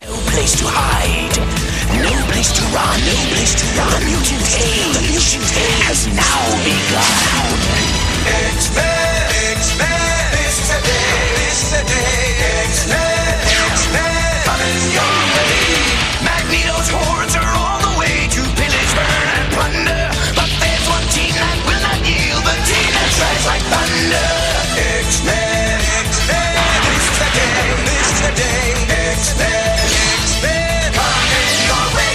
place to hide. No place to run. No place to run. The mutant age. The mutant age has now begun. X-Men, X-Men, this is a day, this is a day. X-Men, X-Men, But it's young believe. Magneto's hordes are on the way to pillage, burn, and plunder. But there's one team that will not yield. The team that strikes like thunder. X-Men, X-Men, this is a day, this is a day. X-Men, X-Men, come in your way.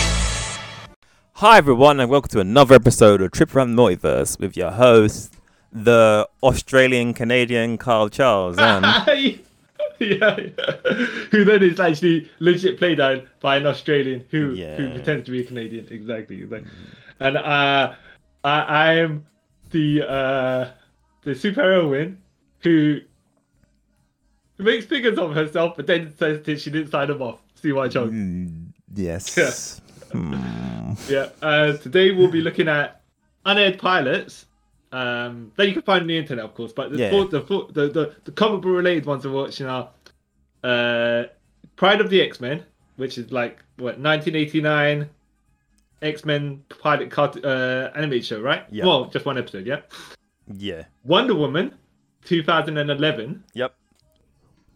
Hi everyone, and welcome to another episode of Trip Around the Multiverse with your host, the Australian Canadian Carl Charles, and yeah, yeah. Who then is actually legit played down by an Australian who who Yeah. pretends to be a Canadian. Exactly. exactly. And uh, I I'm the uh, the superheroine who who makes figures of herself, but then says that she didn't sign them off. See why, Chong? yes, Yeah. Uh, today we'll be looking at unaired pilots. Um, that you can find on the internet, of course. But the Yeah. four- the, four- the the the comic book related ones we're watching are uh, Pride of the X Men, which is like what 1989 X Men pilot cart- uh, animated show, right? Yeah. Well, just one episode, yeah. yeah, Wonder Woman, 2011. yep,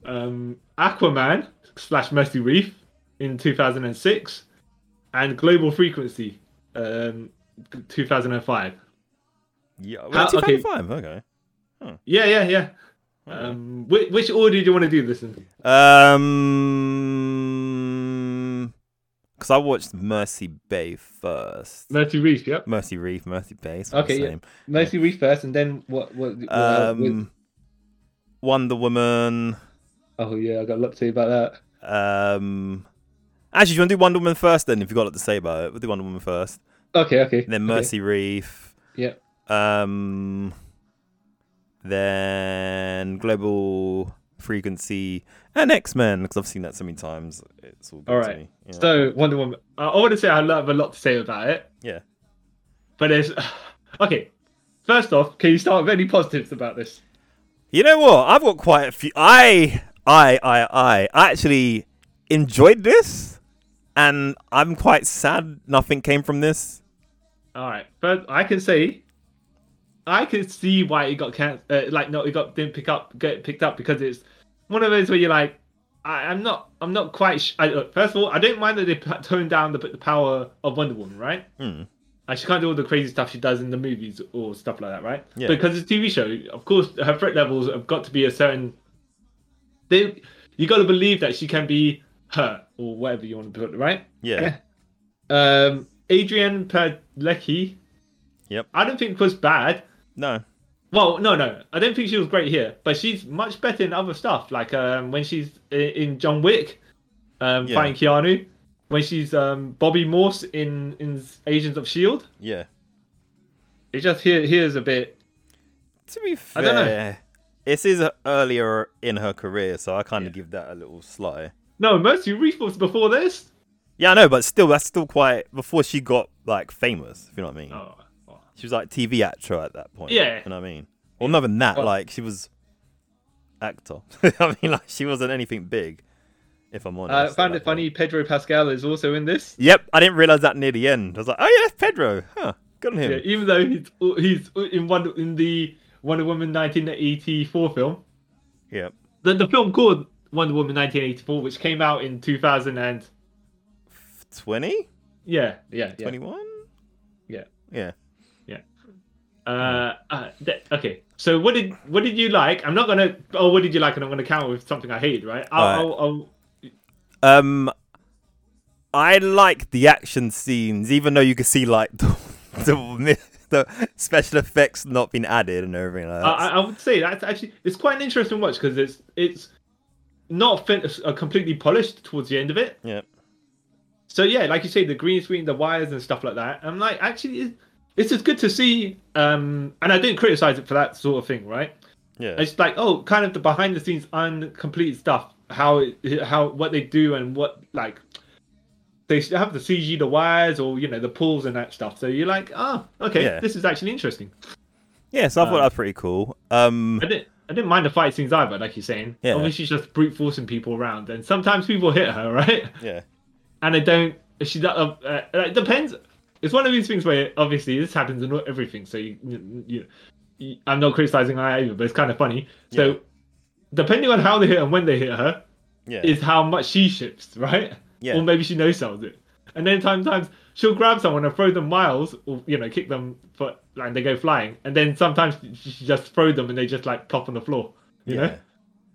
Um, Aquaman slash Mercy Reef in 2006, and Global Frequency, um, 2005. yeah. Well, How- Ah, okay. 2005, okay. Yeah, yeah, yeah. Um, which, which order do you want to do this in? Um, because I watched Mercy Bay first. Mercy Reef, yep. Mercy Reef, Mercy Bay. it's all the Okay, yeah. same. Mercy Reef first, and then what? What? uh, what- Um, Wonder Woman. what- oh yeah, I got a lot to say about that. Um, actually, do you want to do Wonder Woman first? Then, if you've got a lot to say about it, we'll do Wonder Woman first. Okay, okay. And then okay, Mercy Reef. Yeah. Um, then Global Frequency and X Men because I've seen that so many times. It's all good All to right. me. Yeah. So Wonder Woman. I, I want to say I have a lot to say about it, yeah. but there's okay. First off, can you start with any positives about this? You know what? I've got quite a few. I, I, I, I actually enjoyed this, and I'm quite sad nothing came from this. All right, but I can say, I can see why it got can uh, like no, it got didn't pick up get picked up because it's one of those where you're like, I, I'm not, I'm not quite. Sh- I, look, first of all, I don't mind that they p- toned down the the power of Wonder Woman, right? Like she can't do all the crazy stuff she does in the movies or stuff like that, right? Yeah. Because it's a TV show, of course, her threat levels have got to be a certain. They, you got to believe that she can be her or whatever you want to put it, right? Yeah. Um, Adrian Padlecki. Yep. I don't think was bad. No. Well, no, no, I don't think she was great here, but she's much better in other stuff. Like um, when she's i- in John Wick, um, Yeah. fighting Keanu. When she's um, Bobby Morse in in Agents of Shield. Yeah. It just here here's a bit. To be fair, I don't know. this is earlier in her career, so I kind of give that a little sly. No, Mercy Reef was before this. Yeah, I know, but still, that's still quite before she got like famous. If you know what I mean, Oh, she was like TV actor at that point. Yeah. you know what I mean. Well, not than that, Well- like she was actor. I mean, like she wasn't anything big. If I'm honest, I at Uh, found that it funny. point. Pedro Pascal is also in this. Yep, I didn't realize that near the end. I was like, oh yeah, that's Pedro. Huh, good on him. Yeah, even though he's he's in one in the Wonder Woman 1984 film. Yep. the, the film called Wonder Woman 1984, which came out in 2000 and Twenty? yeah, yeah, yeah, Twenty-one? yeah. Yeah. Uh, uh, th- okay. So what did what did you like? I'm not gonna. Oh, what did you like? And I'm gonna count with something I hated, right? I'll, Alright. I'll, I'll, Um, I like the action scenes, even though you can see like the the, the special effects not being added and everything like that. I, I would say that's actually it's quite an interesting watch because it's it's not fin- uh, completely polished towards the end of it. yeah, So yeah, like you say, the green screen, the wires and stuff like that. I'm like, actually, it- it's just good to see. Um, and I didn't criticize it for that sort of thing, right? yeah, it's like oh kind of the behind the scenes uncompleted stuff how it, how what they do and what like they should have the cg the wires or you know the pulls and that stuff so you're like oh okay Yeah. this is actually interesting yeah. So I thought that was pretty cool. Um, i didn't i didn't mind the fight scenes either like you're saying Yeah. obviously she's just brute forcing people around and sometimes people hit her right yeah. and I don't. She that uh, uh, it depends. It's one of these things where obviously this happens in everything. So you, you, you, you I'm not criticizing her either, but it's kind of funny. So Yeah. depending on how they hit and when they hit her, Yeah. is how much she shifts, right? Yeah. Or maybe she no sells it. And then sometimes she'll grab someone and throw them miles, or you know, kick them for like they go flying. And then sometimes she she just throw them and they just like plop on the floor. You Yeah. know,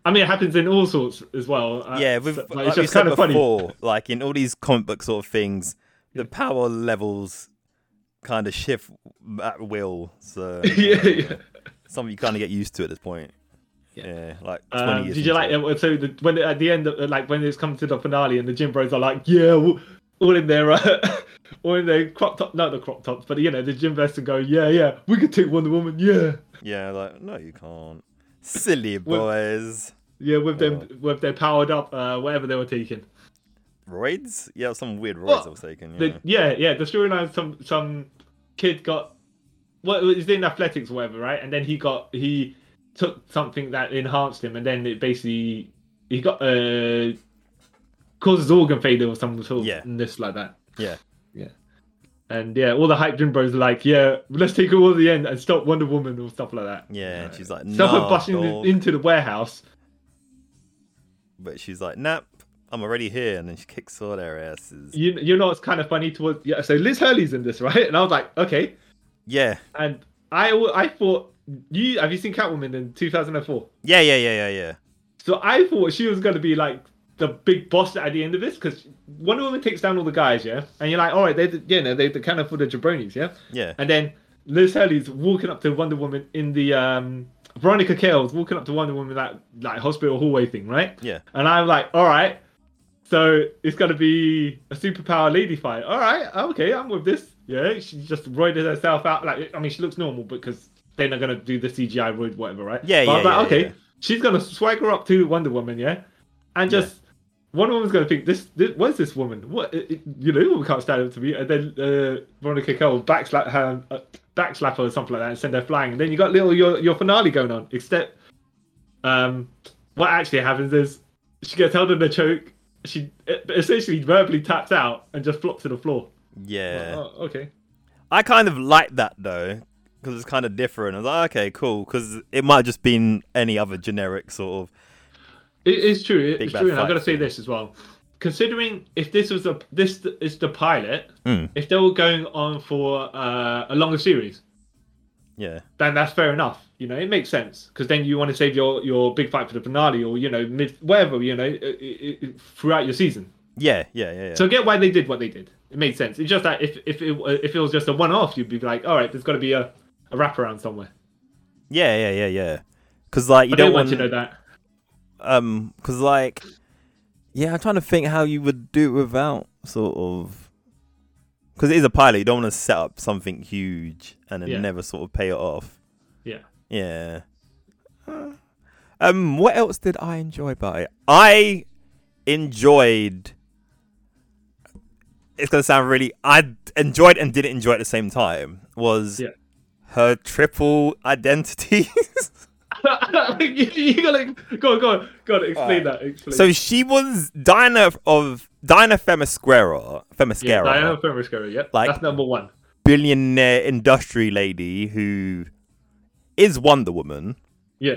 I mean, it happens in all sorts as well. uh, yeah, with, so- but like it's we just said kind of funny. before, like in all these comic book sort of things, the power levels kind of shift at will. So yeah, yeah. something you kind of get used to at this point. Yeah, like twenty Um, years. did you like into it. uh, so the, when at the end of, like when it's come to the finale and the gym bros are like yeah all, all in their uh, all in their crop top not the crop tops but you know the gym vests and go yeah yeah we could take Wonder Woman yeah Yeah, like no, you can't. Silly Well- boys. yeah with them with their powered up uh, whatever they were taking Roids? Yeah, some weird roids Well, I was taking. Yeah. the, yeah yeah the storyline some some kid got what well, he's in athletics or whatever right and then he got he took something that enhanced him and then it basically he got uh causes organ failure or some sort Yeah. of this like that yeah. And yeah, all the hype gym bros are like, yeah, let's take it all to the end and stop Wonder Woman or stuff like that. Yeah, and she's like, Someone nah, busting dog." into the warehouse. but she's like, nap, I'm already here, and then she kicks all their asses. You, you know, it's kind of funny towards. Yeah, so Liz Hurley's in this, right? And I was like, okay. Yeah, And I, al- I thought, you have you seen Catwoman in 2004? yeah, yeah, yeah, yeah, yeah. So I thought she was going to be like the big boss at the end of this because Wonder Woman takes down all the guys, yeah? And you're like, all right, they're, the- you know, they're the kind of for the jabronis, yeah? Yeah. And then Liz Hurley's walking up to Wonder Woman in the um, Veronica Kale's walking up to Wonder Woman that like hospital hallway thing, right? Yeah. And I'm like, all right, so it's gonna be a superpower lady fight. All right, okay, I'm with this. Yeah, she just roided herself out. Like, I mean, she looks normal because they're not gonna do the CGI roid, whatever, right? Yeah, But I'm yeah, like, yeah, okay, yeah. she's gonna swagger up to Wonder Woman, yeah, and just. Wonder Woman's gonna think this. this where's this woman? What it, it- you know? Woman can't stand up to me. And then uh, Veronica Kell will backslap her, uh, backslap her or something like that, and send her flying. And then you got little your your finale going on. Except, um, what actually happens is she gets held in a choke. She essentially verbally taps out and just flops to the floor. Yeah. Oh, okay. I kind of like that though, because it's kind of different. I was like, okay, cool, because it might have just been any other generic sort of. It is true. Big It's bad true. And I've fight got to say scene. this as well. Considering if this was a this is the pilot, Mm. if they were going on for uh, a longer series, Yeah, then that's fair enough. You know, it makes sense because then you want to save your your big fight for the finale or you know mid whatever you know i i i throughout your season. yeah, yeah, yeah. yeah. So I get why they did what they did. It made sense. It's just that if if it if it was just a one off, you'd be like, all right, there's got to be a a wraparound somewhere. yeah, yeah, yeah, yeah. Because like you I don't don't want want to know that. um, because like, yeah, I'm trying to think how you would do it without sort of. Because it is a pilot, you don't want to set up something huge and then Yeah. never sort of pay it off. Yeah. Yeah. Uh, Um, what else did I enjoy about it? I enjoyed. It's gonna sound really. I enjoyed and didn't enjoy at the same time. Was Yeah. her triple identities? you, you gotta go on, go on, go on, explain that. Explain. so she was Dinah of Dinah Femasquera, Femasquera, yeah, Diana Fermoscara, yep. Like- That's number one. billionaire industry lady who is Wonder Woman, Yeah.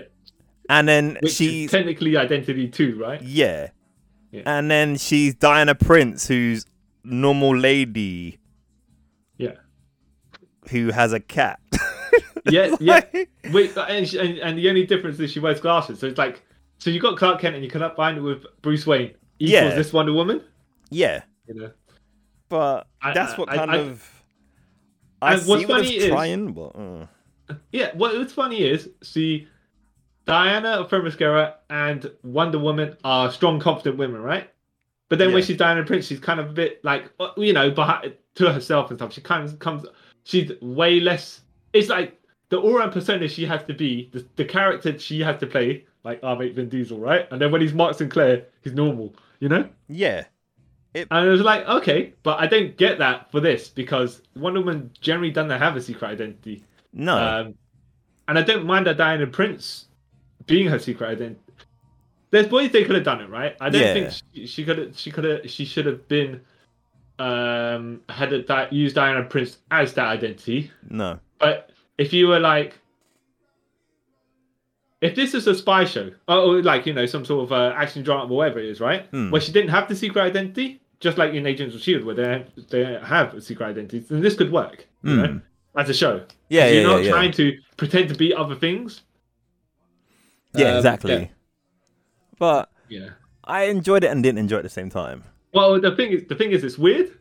and then Which she is technically identity two, right? Yeah. Yeah. And then she's Diana Prince, who's normal lady Yeah. who has a cat. Yeah, yeah. Like- Wait, and, she, and, and the only difference is she wears glasses. So it's like, so you got Clark Kent and you cannot find it with Bruce Wayne. Equals Yeah. this Wonder Woman? yeah. You know? But I- that's what I- kind I- of I And see what's what funny it's is- trying, but uh, Yeah, what, what's funny is, see, Diana Fermoscara and Wonder Woman are strong, confident women, right? But then when Yeah. she's Diana Prince, she's kind of a bit like, uh, you know, behind, to herself and stuff. She kind of comes, she's way less. It's like the aura and persona she has to be, the, the character she has to play, like our mate Vin Diesel, right? And then when he's Mark Sinclair, he's normal, you know? yeah. And it was like, okay, but I don't get that for this because Wonder Woman generally doesn't have a secret identity. No. Um, and I don't mind that Diana Prince being her secret identity. There's ways they could have done it, right? I don't Yeah. think she could have. She could have. She should have been um had a di- used Diana Prince as that identity. No. But if you were like, if this is a spy show, or, or like you know some sort of uh, action drama, whatever it is, right? Hmm. Where she didn't have the secret identity, just like in Agents of Shield, E where they they have secret identities, then this could work you know, as a show. Hmm. Yeah, yeah, 'Cause You're not yeah, yeah. trying to pretend to be other things. Yeah, Um, exactly. yeah. But Yeah. I enjoyed it and didn't enjoy it at the same time. Well, the thing is, the thing is, it's weird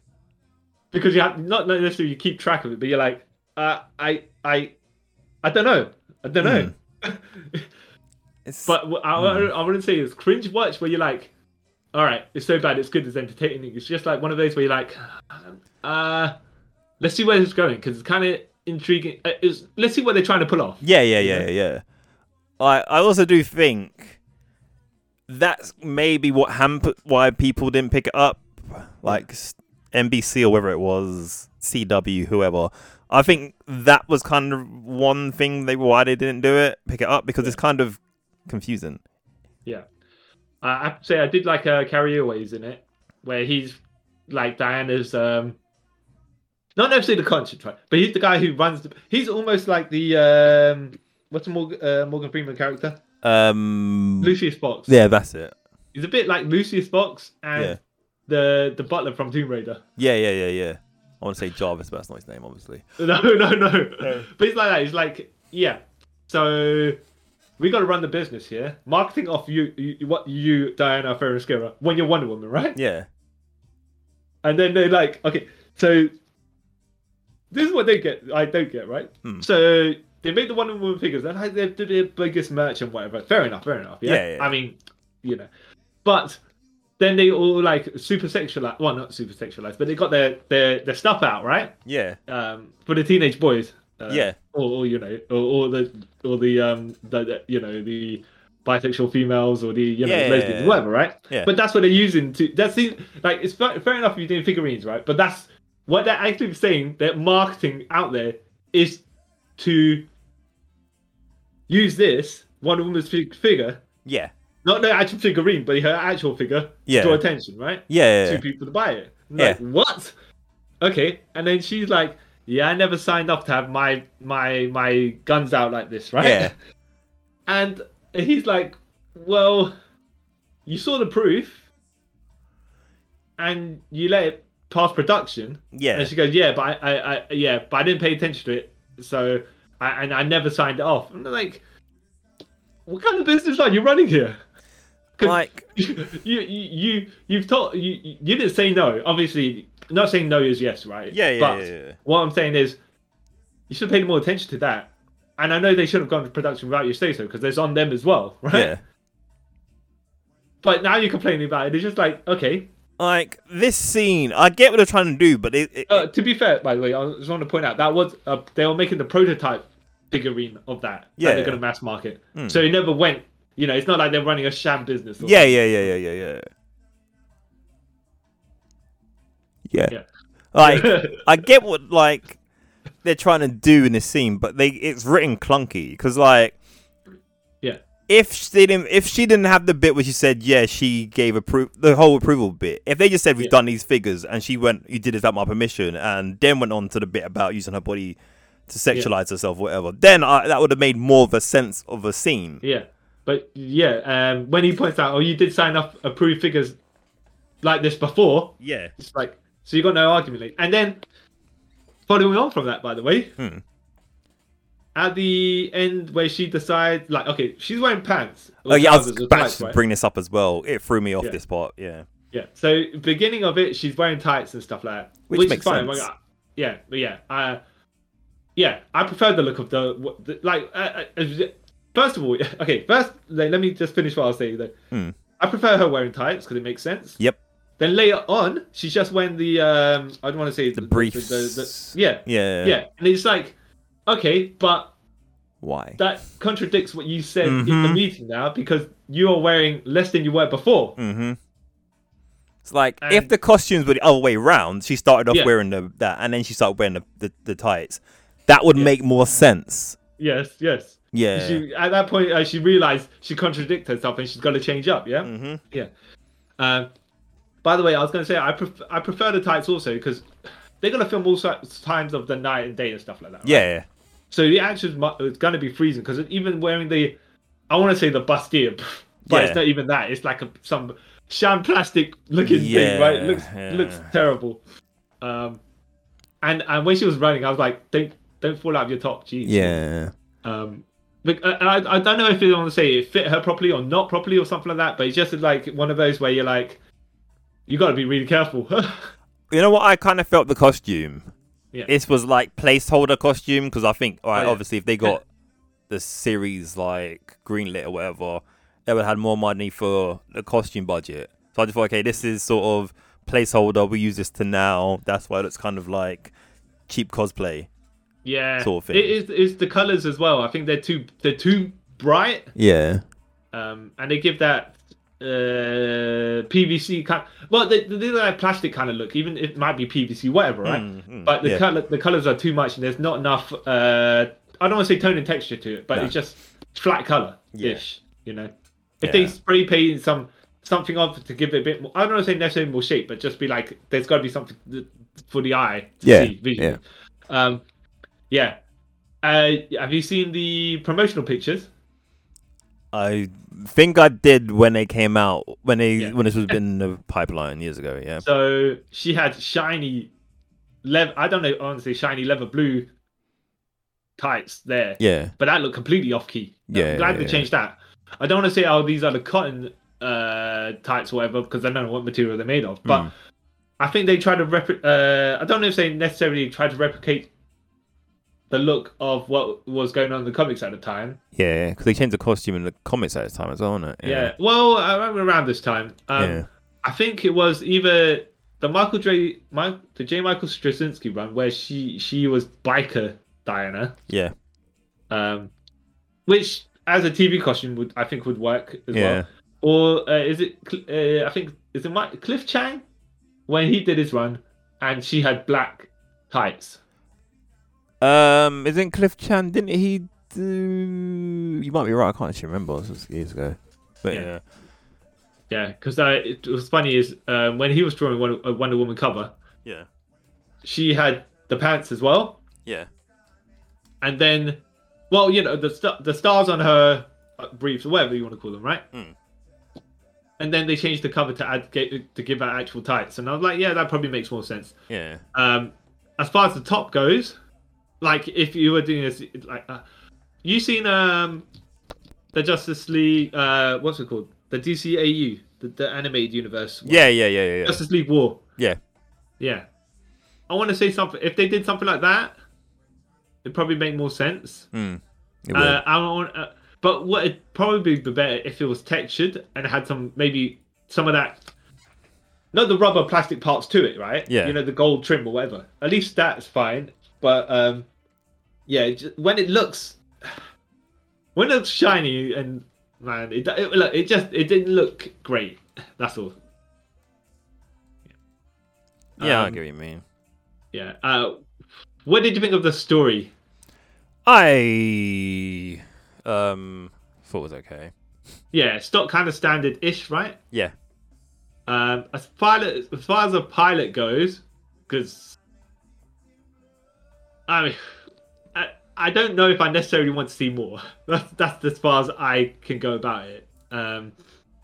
because you have not not necessarily you keep track of it, but you're like, uh, I, I, I don't know, I don't Hmm. know. It's But wh- I, Hmm. I wouldn't say it's cringe watch where you're like, all right, it's so bad, it's good, it's entertaining. It's just like one of those where you're like, uh, let's see where this is going because it's kind of intriguing. Uh, It's, let's see what they're trying to pull off. yeah, yeah, yeah, yeah. I I also do think that's maybe what hampered why people didn't pick it up, like s- NBC or whether it was CW, whoever. I think that was kind of one thing they why they didn't do it, pick it up because it's kind of confusing. Yeah. I I have to say, I did like uh, Carrie Always in it, where he's like Diana's, um, not necessarily the conscience, right? But he's the guy who runs the. He's almost like the, um, what's Morgan, uh, Morgan Freeman character? Um, Lucius Fox. yeah, that's it. He's a bit like Lucius Fox and Yeah. the the butler from Tomb Raider. Yeah, yeah, yeah, yeah. I want to say Jarvis, but that's not his name, obviously. No, no, no. But he's like that. He's like, yeah. So we got to run the business here. Marketing off you, you what you, Diana Ferrasquera, when you're Wonder Woman, right? Yeah. And then they're like, okay, so this is what they get. I don't get right. So they made the Wonder Woman figures. They're like, they do their biggest merch and whatever. Fair enough. Fair enough. Yeah. Yeah, yeah. I mean, you know, but then they all like super sexualized. Well, not super sexualized, but they got their their their stuff out right Yeah. um, for the teenage boys. Uh, Yeah. Or, or you know, or, or the or the um the, the you know the bisexual females or the you know Yeah, yeah, lesbians yeah. whatever right Yeah. but that's what they're using to that's the like it's fair, fair enough you're doing figurines right but that's what they're actually saying that marketing out there is to use this one woman's fig- figure Yeah. not the actual figurine but her actual figure Yeah. to draw attention right Yeah. two Yeah. people to buy it. And Yeah. Like, what? Okay. And then she's like, Yeah, I never signed up to have my my my guns out like this, right? Yeah. And he's like, Well, you saw the proof and you let it pass production. Yeah. And she goes, Yeah, but I, I, I yeah, but I didn't pay attention to it. So I and I never signed it off. And I'm like, What kind of business are you running here? 'Cause- Like, you you you you've taught you you you didn't say no. Obviously, not saying no is yes, right? Yeah, yeah, But yeah, yeah, yeah. what I'm saying is, you should have paid more attention to that. And I know they should have gone to production without your say so because there's on them as well, right? yeah. But now you're complaining about it. It's just like okay. Like this scene, I get what they're trying to do, but it, it, Uh, to be fair, by the way, I just want to point out that was uh, they were making the prototype figurine of Yeah, that. that they're yeah. Hmm. going to mass market. So it never went. You know, it's not like they're running a sham business. Or yeah, yeah, yeah, yeah, yeah, yeah, yeah. Yeah. Like, I get what like they're trying to do in this scene, but they it's written clunky because like yeah, if she didn't if she didn't have the bit where she said yeah she gave appro- the whole approval bit if they just said we've Yeah. done these figures and she went you did this without my permission and then went on to the bit about using her body to sexualize herself whatever then I, that would have made more of a sense of a scene Yeah, but yeah, um, when he points out, oh, you did sign up approved figures like this before. yeah It's like so you got no argument. Like, and then following on from that, by the way, Hmm. at the end where she decides, like, okay, she's wearing pants. oh yeah I was trousers or about tights, to right? bring this up as well it threw me off Yeah. this part yeah Yeah. So beginning of it, she's wearing tights and stuff like that, Which which, makes is fine. sense. Like, yeah, but yeah, uh, yeah. I prefer the look of the, what- the like. Uh, uh, uh, first of all, okay. First, let, let me just finish what I was saying. Though. Hmm. I prefer her wearing tights because it makes sense. yep Then later on, she's just wearing the um. I don't want to say the briefs. briefs yeah, yeah yeah. And it's like, okay, but why that contradicts what you said in the Mm-hmm. meeting now because you are wearing less than you were before. it's like if and- the costumes were the other way round she started off Yeah. wearing the that and then she started wearing the, the, the tights that would make more sense Yes, yes. yeah She at that point uh, she realized she contradicted herself and she's got to change up. Yeah, mm-hmm. yeah. Um, By the way, I was going to say I prefer I prefer the tights also because they're going to film all sorts times of the night and day and stuff like that. right? Yeah, yeah. So the action is going to be freezing because even wearing the, I want to say the bustier, but Yeah. it's not even that. It's like a, some sham plastic looking thing, right? It looks Yeah, looks yeah. terrible. Um, and and when she was running, I was like, don't don't fall out of your top, jeez. Yeah. Um, but, uh, and I, I don't know if you want to say it fit her properly or not properly or something like that, but it's just like one of those where you're like, you got to be really careful. You know what? I kind of felt the costume. Yeah. Oh, This was like placeholder costume because I think, all right, yeah. obviously, if they got the series like greenlit or whatever, they would have had more money for the costume budget. So I just thought, okay, this is sort of placeholder. We use this to now. That's why it looks kind of like cheap cosplay. yeah, Sort of thing. it is. It's the colors as well. I think they're too they're too bright. Yeah. um, and they give that uh, PVC kind. Well, they, they do that plastic kind of look. Even it might be PVC, whatever, right? but the Mm, yeah. color, the colors are too much, and there's not enough. Uh, I don't want to say tone and texture to it, but No. it's just flat color Yeah. ish. You know, if they Yeah. spray paint some something off to give it a bit more, I don't want to say necessarily more shape, but just be like, there's got to be something th- for the eye to Yeah, see visually. Um, yeah. Uh, have you seen the promotional pictures? I think I did when they came out, when they Yeah. when this was in the pipeline years ago. Yeah. So she had shiny, leather. I don't know, honestly, shiny leather blue tights there. Yeah. But that looked completely off key. Yeah, I'm glad yeah, they yeah. changed that. I don't want to say, oh, these are the cotton uh, tights or whatever, because I don't know what material they're made of. Hmm. But I think they tried to replicate. Uh, I don't know if they necessarily tried to replicate the look of what was going on in the comics at the time. Yeah. Because they changed the costume in the comics at this time as well, isn't it? Yeah. Well, I remember around this time. Um, Yeah. I think it was either the Michael J. Mike, the J. Michael Straczynski run where she she was biker Diana, Yeah. um, which as a TV costume would I think would work as Yeah. well. Or uh, is it? Cl- Uh, I think is it Mike Cliff Chang when he did his run, and she had black tights. Um, isn't Cliff Chan? Didn't he do? You might be right. I can't actually remember. This was years ago. But Yeah. yeah, Yeah, because uh, it was funny is um, when he was drawing Wonder, a Wonder Woman cover, yeah, she had the pants as well, yeah, and then, well, you know, the st- the stars on her uh, briefs, or whatever you want to call them, right? Mm. And then they changed the cover to add get, to give her actual tights, and I was like, yeah, that probably makes more sense. yeah, Um, as far as the top goes, like if you were doing this, like uh, you seen um the Justice League, uh, what's it called? The DCAU, the, the animated universe, yeah, yeah, yeah, yeah, yeah. Justice League War. yeah. Yeah. I want to say something. If they did something like that, it'd probably make more sense. It Uh, I don't want, uh, but what it'd probably be better if it was textured and had some maybe some of that, not the rubber plastic parts to it, right? Yeah. You know the gold trim or whatever. At least that's fine. But um, yeah, it ju- when it looks, when it looks shiny and man, it, do- it look it just it didn't look great. That's all. would. yeah, I um, get what you mean. Yeah. Uh, what did you think of the story? I um thought it was okay. Yeah, stock kind of standard-ish, right? Yeah, Um, as far as, as far as a pilot goes, because I mean, I, I don't know if I necessarily want to see more. That's that's as far as I can go about it. Um,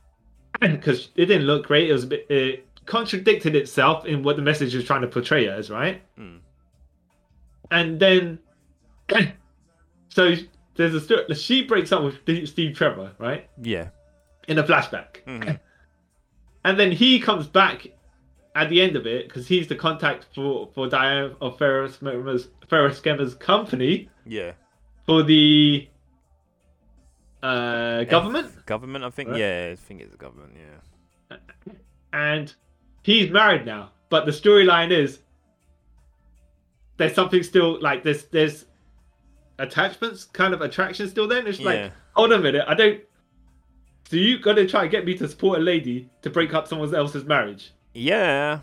because it didn't look great. It was a bit it contradicted itself in what the message was trying to portray as, right? Mm. And then, so there's a story. She breaks up with Steve Trevor, right? yeah, Mm-hmm. in a flashback. And then he comes back at the end of it because he's the contact for for Diane of Ferris Gemma's Ferris Gemma's company yeah. for the uh, government, Government, I think. Right. Yeah, I think it's the government. Yeah. and he's married now. But the storyline is there's something still like there's there's attachments kind of attraction still. Then it's Yeah. like hold on a minute, I don't. So you gotta try and get me to support a lady to break up someone else's marriage. Yeah.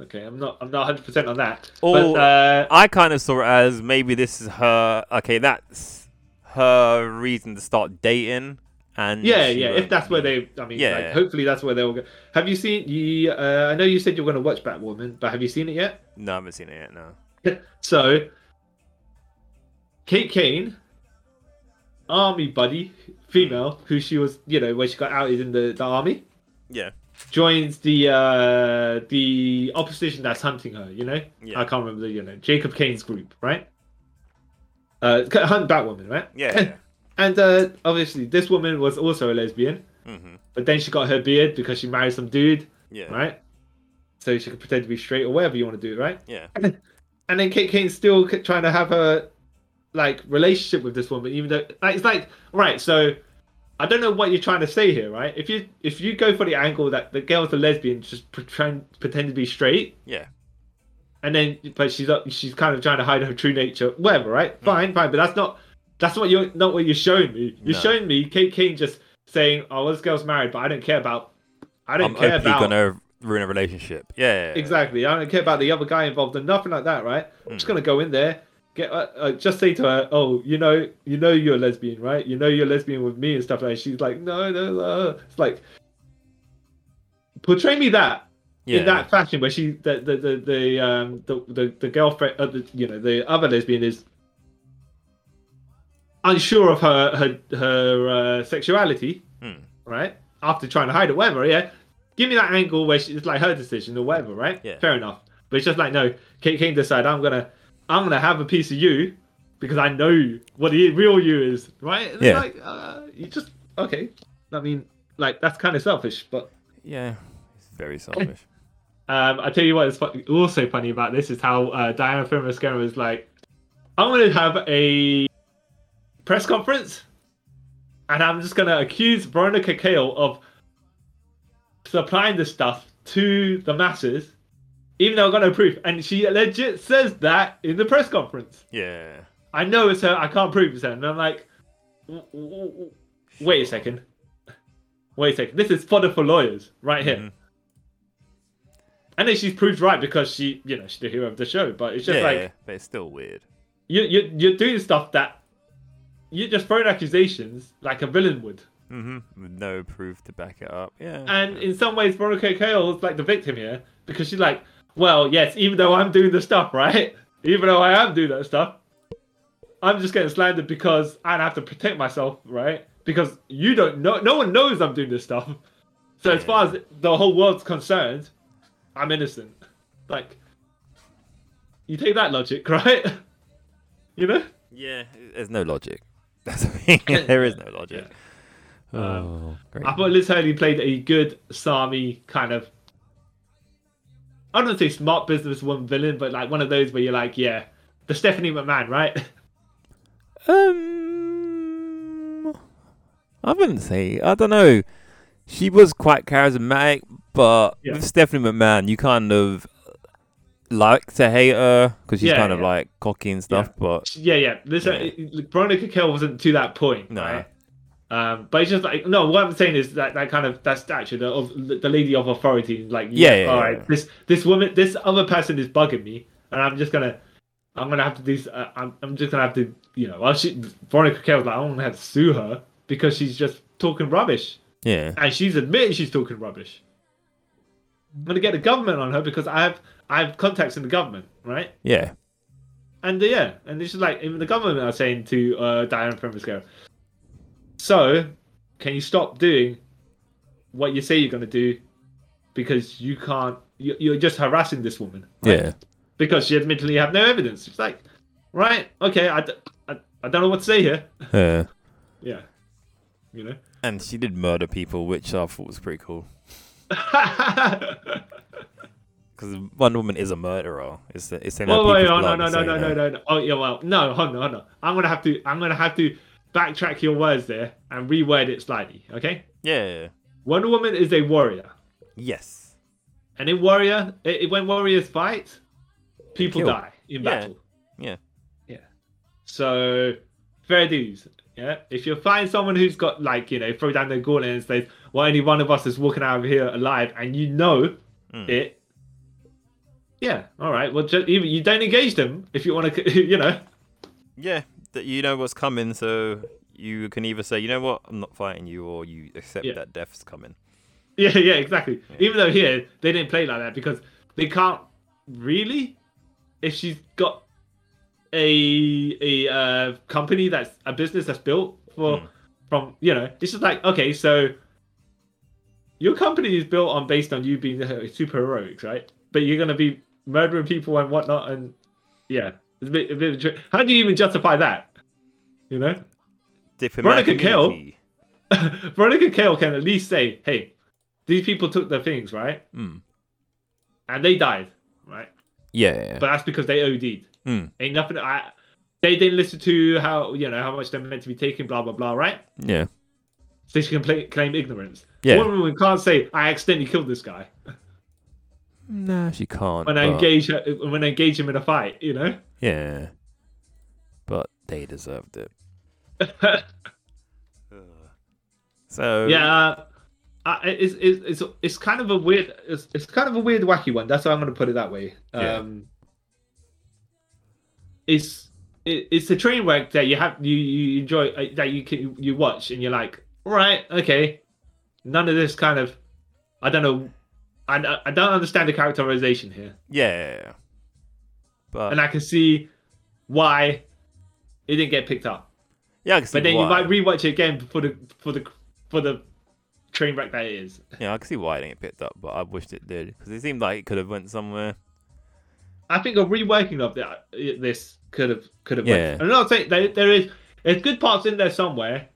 Okay, I'm not. I'm not 100 percent on that. Oh, but, uh, I kind of saw it as maybe this is her. Okay, that's her reason to start dating, And Yeah, she yeah. won't If that's where be- they, I mean, Yeah. like, hopefully that's where they'll go. Have you seen? You, uh, I know you said you were going to watch Batwoman, but have you seen it yet? No, I haven't seen it yet. No. So, Kate Kane, army buddy, female, who she was, you know, when she got outed in the, the army, Yeah. joins the uh, the opposition that's hunting her. You know, Yeah. I can't remember the you know Jacob Kane's group, right? Uh, hunt Batwoman, right? Yeah. yeah. And uh, obviously, this woman was also a lesbian, mm-hmm. but then she got her beard because she married some dude, Yeah. right? So she could pretend to be straight or whatever you want to do, right? Yeah. and then Kate Kane's still c- trying to have a like relationship with this woman, even though like, it's like right. So I don't know what you're trying to say here, right? If you if you go for the angle that the girl's a lesbian, just pretend pretend to be straight, Yeah. and then but she's up, she's kind of trying to hide her true nature, whatever, Hmm. right? Fine, fine, but that's not that's what you're not what you're showing me. You're No. showing me Kate Kane just saying, "Oh, this girl's married, but I don't care about, I don't I'm care openly about." gonna ruin a relationship. Yeah. yeah, yeah. Exactly. I don't care about the other guy involved and nothing like that, right? I'm just gonna go in there, get uh, uh, just say to her, "Oh, you know, you know, you're a lesbian, right? You know, you're a lesbian with me and stuff like." that. She's like, "No, no, no." It's like portray me that Yeah. in that fashion, where she, the, the, the, the um, the, the, the girlfriend, uh, the, you know, the other lesbian is unsure of her her her uh, sexuality, Hmm. right? After trying to hide it, whatever. Yeah, give me that angle where she, it's like her decision or whatever, right? Yeah. Fair enough. But it's just like no, Kate King decide I'm gonna I'm gonna have a piece of you because I know what the real you is, right? And it's Yeah. Like uh, you just okay. I mean, like that's kind of selfish, but Yeah. It's very selfish. um, I tell you what is fu- also funny about this is how uh, Diana Fermoscara was like, I'm going to have a press conference, and I'm just going to accuse Veronica Kale of supplying this stuff to the masses, even though I've got no proof. And she legit says that in the press conference. yeah. I know it's her. I can't prove it's her. And I'm like, w- w- w- wait a second. Wait a second. This is fodder for lawyers right here. Mhm. And then she's proved right because she, you know, she's the hero of the show. But it's just yeah. like yeah, but it's still weird. you, you, you're doing stuff that you're just throwing accusations like a villain would. Mm-hmm. With no proof to back it up. Yeah. And in some ways, Veronica Kale is like the victim here because she's like, well, yes, even though I'm doing the stuff, right? Even though I am doing that stuff, I'm just getting slandered because I have to protect myself, right? Because you don't know, no one knows I'm doing this stuff. So as far as the whole world's concerned, I'm innocent. Like, you take that logic, right? you know? yeah. There's no logic. That's the thing. there is no logic. Oh, great. Um, I thought Liz Hurley played a good Sami kind of. I don't wanna say smart businesswoman villain, but like one of those where you're like, yeah, the Stephanie McMahon, right? Um, I wouldn't say. I don't know. She was quite charismatic, but Yeah. with Stephanie McMahon, you kind of like to hate her because she's Yeah, kind of yeah. like cocky and stuff. But yeah, yeah. This uh, Veronica Kell wasn't to that point, No. right? Um, but it's just like no. What I'm saying is that that kind of that stature the, of the lady of authority, like Yeah, yeah, all yeah, right, yeah. this this woman, this other person is bugging me, and I'm just gonna, I'm gonna have to do, uh, I'm, I'm just gonna have to, you know, I should, Veronica Kell's like I'm gonna have to sue her because she's just talking rubbish, yeah, and she's admitted she's talking rubbish. I'm gonna get the government on her because I have I have contacts in the government, right? yeah, And uh, yeah, and this is like even the government are saying to uh, Diana Fermoscara. So, can you stop doing what you say you're going to do because you can't? you- You're just harassing this woman yeah, because she admittedly have no evidence. It's like, right, okay, I, d- I, I don't know what to say here. yeah. Yeah, you know. And she did murder people, which I thought was pretty cool. Because one woman is a murderer. It's it's in her Oh wait, people's oh, no, blood, no, so, no, no, you no, know. no, no. Oh yeah, well, no, hold on, hold on. I'm gonna have to, I'm gonna have to backtrack your words there and reword it slightly. Okay, Yeah, yeah, yeah. Wonder Woman is a warrior. yes, And in Warrior, it, it- when warriors fight, people Kill. die in Yeah. battle. yeah, So fair dues. Yeah. If you find someone who's got like, you know, throw down their gauntlet and says, Well, only one of us is walking out of here alive and you know Mm. it. Yeah, all right. Well, just, even you don't engage them if you want to, you know. yeah. That you know what's coming, so you can either say, you know what, I'm not fighting you, or you accept Yeah. that death's coming. Yeah, yeah, exactly. Even though here they didn't play like that because they can't really. If she's got a a uh, company that's a business that's built for from you know, it's just like okay, so your company is built on based on you being super heroics, right? But you're gonna be murdering people and whatnot, and yeah, it's a bit, a bit of a trick. How do you even justify that? You know. Diplomatic Veronica Kell? immunity. Veronica Kale can at least say, hey, these people took their things, right? Mm. And they died, right? Yeah, yeah, yeah. But that's because they OD'd. Mm. Ain't nothing. I, they didn't listen to how you know how much they're meant to be taking, blah blah blah, right? yeah. So she can play, claim ignorance. Yeah. One woman can't say I accidentally killed this guy Nah, she can't. when I but- engage her, when I engage him in a fight, you know. Yeah. But they deserved it. so Yeah, uh, I- it's, it's it's it's kind of a weird it's, it's kind of a weird wacky one. That's why I'm going to put it that way. Yeah. Um, it's it, it's a train wreck that you have you you enjoy uh, that you can you watch and you're like, all right, okay, none of this kind of I don't know. I, I don't understand the characterization here yeah, yeah, yeah. But and I can see why it didn't get picked up. yeah, I can see But then why. you might rewatch it again for the for the for the train wreck that it is. yeah, I can see why it didn't get picked up, but I wished it did because it seemed like it could have went somewhere. I think a reworking of that this could have could have. Yeah. Worked. I'm not saying there, there is there's good parts in there somewhere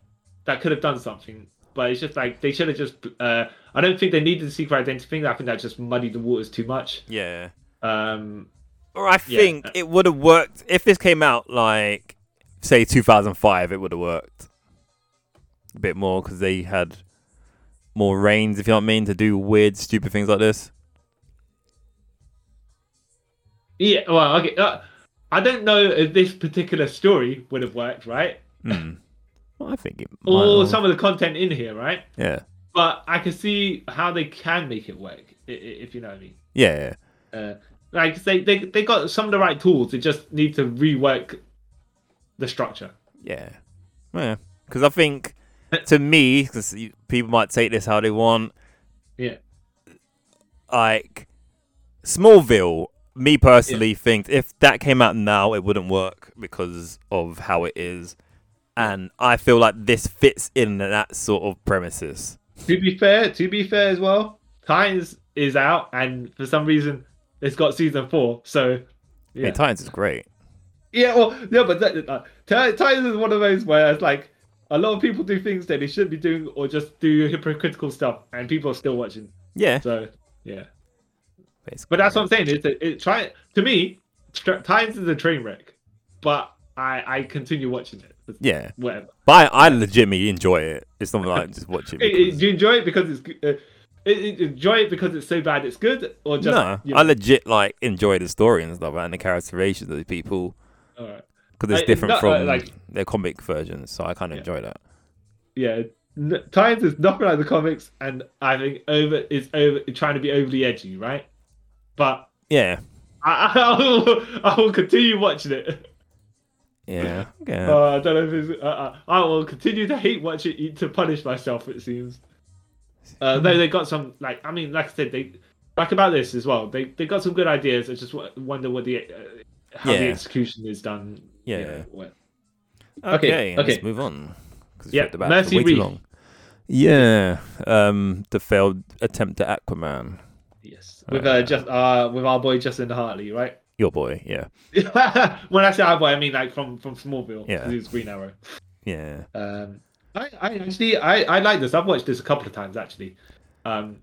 that could have done something, but it's just like they should have just. Uh, I don't think they needed the secret identity thing. I think that just muddied the waters too much. Yeah. Um, Or I Yeah. think it would have worked if this came out like say 2005. It would have worked a bit more because they had more reins, if you know what I mean, to do weird, stupid things like this. yeah. Well, okay. Uh, I don't know if this particular story would have worked, right? Well, I think it. Might Or have. some of the content in here, right? Yeah. But I can see how they can make it work, i- i- if you know what I mean. Yeah. yeah. uh, like they, they they got some of the right tools. They just need to rework the structure. Yeah. Yeah. Because I think, to me, because people might take this how they want, Yeah, like, Smallville, me personally think if that came out now, it wouldn't work because of how it is. And I feel like this fits in that sort of premises. to be fair, to be fair as well, Titans is out, and for some reason it's got season four. So Yeah. yeah, Titans is great. yeah, well, no, but that, uh, Ti- Titans is one of those where it's like a lot of people do things that they shouldn't be doing, or just do hypocritical stuff, and people are still watching. Yeah. So yeah, it's but that's what I'm saying. It's a, it try to me, Tr- Titans is a train wreck, but I I continue watching it. Yeah. Whatever. But I, I legitimately enjoy it. It's not like just watching. It- it- do you enjoy it because it's g- uh, it, it- enjoy it because it's so bad it's good or just no, you I know, legit like enjoy the story and stuff and the characterizations of the people. alright. because it's Like, different not, uh, from like- their comic versions, so I kind of enjoy that. yeah N- times is nothing like the comics and I think over is over it's trying to be overly edgy right but Yeah, I, I, will, I will continue watching it yeah, yeah. uh, I don't know if it's, uh, uh, I will continue to hate watch it to punish myself it seems uh, Hmm. though they got some like I mean like I said they like about this as well they they got some good ideas I just w- wonder what the uh, how the Yeah. execution is done you Yeah. know, what- okay, okay, let's okay. move on. 'cause we've Yeah, talked about it Mercy way too Reef. long. Yeah, um, the failed attempt at Aquaman, Yes, with uh, just uh, with our boy Justin Hartley, right? your boy. Yeah, when I say our boy, I mean like from from Smallville. Yeah. 'cause he's Green Arrow. yeah, Um, I, I actually I, I like this. I've watched this a couple of times actually. Um,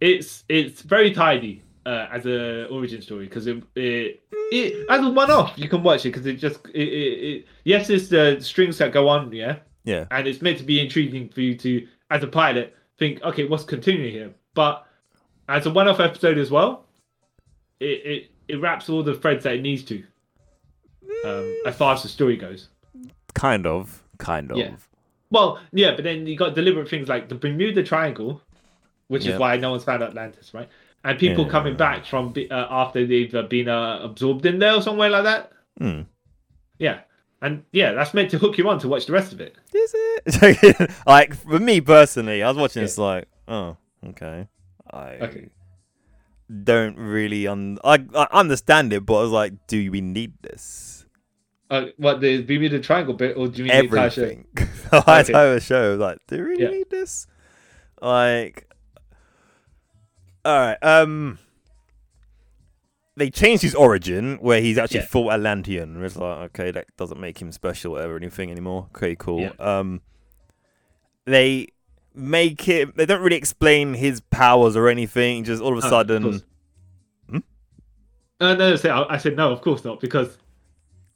it's it's very tidy uh, as a origin story because it, it it as a one off you can watch it because it just it, it, it yes it's the strings that go on yeah yeah, and it's meant to be intriguing for you to, as a pilot, think, okay, what's continuing here? But as a one-off episode as well, it it, it wraps all the threads that it needs to, um, as far as the story goes. kind of, kind of. Yeah. Well, yeah, but then you got deliberate things like the Bermuda Triangle, which Yeah. is why no one's found Atlantis, right? And people Yeah. coming back from be- uh, after they've uh, been uh, absorbed in there or somewhere like that. Hmm. Yeah, And yeah, that's meant to hook you on to watch the rest of it. Is it? like for me personally, I was watching this like, oh, okay. I Okay. don't really un- I, I understand it, but I was like, do we need this? Uh, what the Bermuda Triangle bit, or do you mean the entire show? Everything. I Okay. type of show. Like, do we really Yeah. need this? Like, all right. Um, they changed his origin where he's actually Yeah. full Atlantean. It's like, okay, that doesn't make him special or anything anymore. Okay, cool. Yeah. Um, they make it. They don't really explain his powers or anything. Just all of a Oh, of sudden. Hmm? course. Uh, no, so I, I said no, of course not, because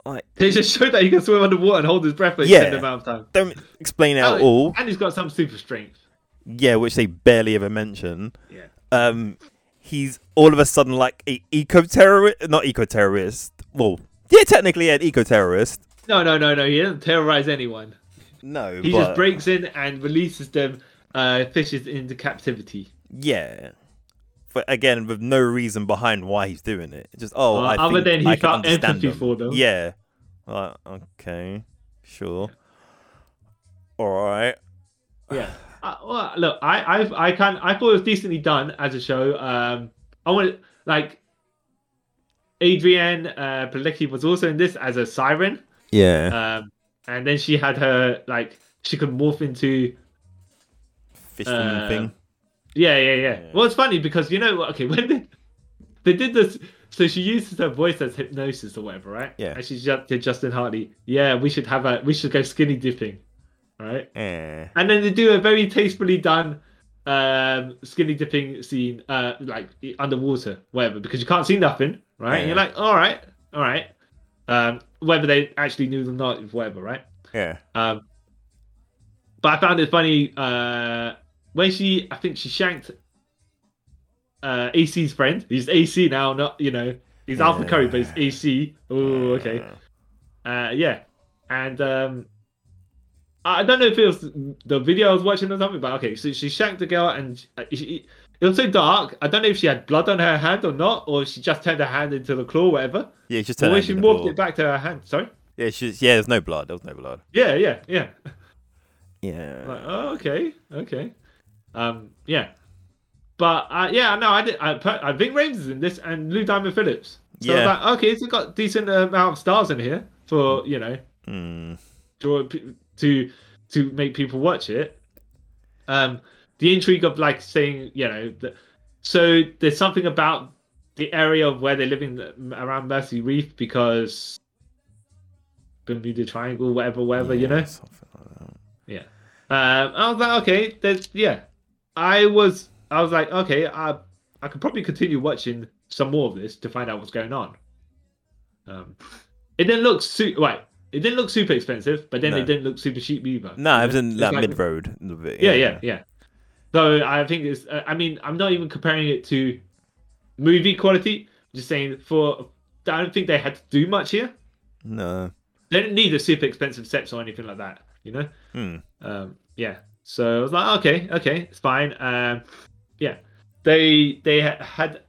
Like- they just showed that he can swim underwater and hold his breath for an Yeah. extended amount of time. Don't explain it at Oh, all. And he's got some super strength. Yeah, which they barely ever mention. Yeah. um, he's all of a sudden like a eco terrorist, not eco terrorist. Well, yeah, technically an eco terrorist. No, no, no, no. He doesn't terrorize anyone. No, He but- just breaks in and releases them, uh, fishes into captivity. Yeah, but again, with no reason behind why he's doing it. Just oh, Well, I other think than he I can felt understand empathy them. for them. Yeah. Like, okay, sure. All right. Yeah. Uh, well, look, I, I, I can I thought it was decently done as a show. Um, I want like Adrienne uh, Palicki was also in this as a siren. Yeah. Um, and then she had her like she could morph into Fisherman uh, thing. yeah yeah yeah. Yeah. Well, it's funny because you know what? Okay, when they, they did this, so she uses her voice as hypnosis or whatever, right? Yeah. And she just did Justin Hartley. Yeah, we should have a we should go skinny dipping, right? Eh. And then they do a very tastefully done um skinny dipping scene uh like underwater whatever because you can't see nothing right And you're Yeah. like all right all right um whether they actually knew or not whatever right Yeah. um, but I found it funny uh, when she, I think she shanked uh, AC's friend. He's AC now, not you know, he's Alpha Curry, but he's AC. Oh, okay, uh, yeah. And um, I I don't know if it was the video I was watching or something, but okay, so she shanked the girl, and she- uh, she, it was so dark. I don't know if she had blood on her hand or not, or she just turned her hand into the claw, whatever. Yeah, just But turn when it she into morphed ball. it back to her hand, sorry. Yeah, she's, yeah. There's no blood. There was no blood. Yeah, yeah, yeah. Yeah. Like, oh, okay, okay. Um, yeah. But uh, yeah, no, I did. I, put, I Ving Rhames is in this, and Lou Diamond Phillips. So I Yeah. was like, okay, it's got decent um, amount of stars in here for you know Mm. draw p- to to make people watch it. Um, the intrigue of like saying you know, the, so there's something about the area of where they're living that- around Mercy Reef because Bermuda Triangle, whatever, whatever, you know. Something like that. Yeah. Um, I was like, okay, there's yeah. I was I was like, okay, I I could probably continue watching some more of this to find out what's going on. Um, it didn't look super right. It didn't look super expensive, but then No. it didn't look super cheap either. No, it was It's in that like- mid road. Yeah, yeah, yeah. So I think it's. Uh, I mean, I'm not even comparing it to movie quality. I'm just saying for I don't think they had to do much here. No. They didn't need the super expensive sets or anything like that. You know. Hmm. um yeah so i was like okay okay it's fine um yeah they they ha- had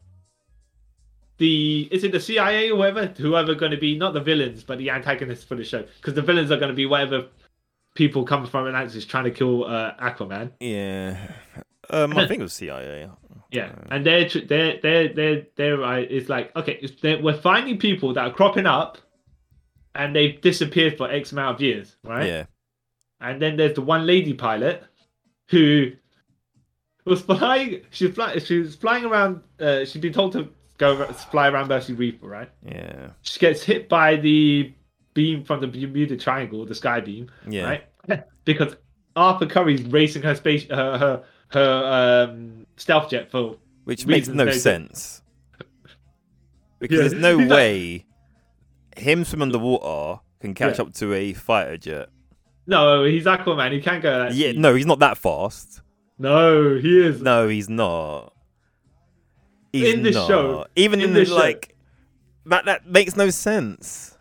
the is it the cia or whoever whoever going to be not the villains but the antagonists for the show because the villains are going to be whatever people come from atlantis trying to kill uh, aquaman Yeah. Um, I think it was CIA. yeah and they're tr- they're they're they're they're right it's like okay it's, they're, we're finding people that are cropping up and they've disappeared for x amount of years right Yeah. And then there's the one lady pilot who was flying. She was flying. She was flying around. Uh, she'd been told to go ar- fly around Mercy Reef, right? Yeah. She gets hit by the beam from the Bermuda Triangle, the sky beam, Yeah. right? because Arthur Curry's racing her space, her her, her um, stealth jet for. Which makes Reasons no they did. sense. Because Yeah. there's no He's like- way him from underwater can catch Yeah. up to a fighter jet. No, he's Aquaman. He can't go. That Yeah. speed. No, he's not that fast. no, he is. No, he's not. He's In the not. show. Even In in, the the show. like, that that makes no sense.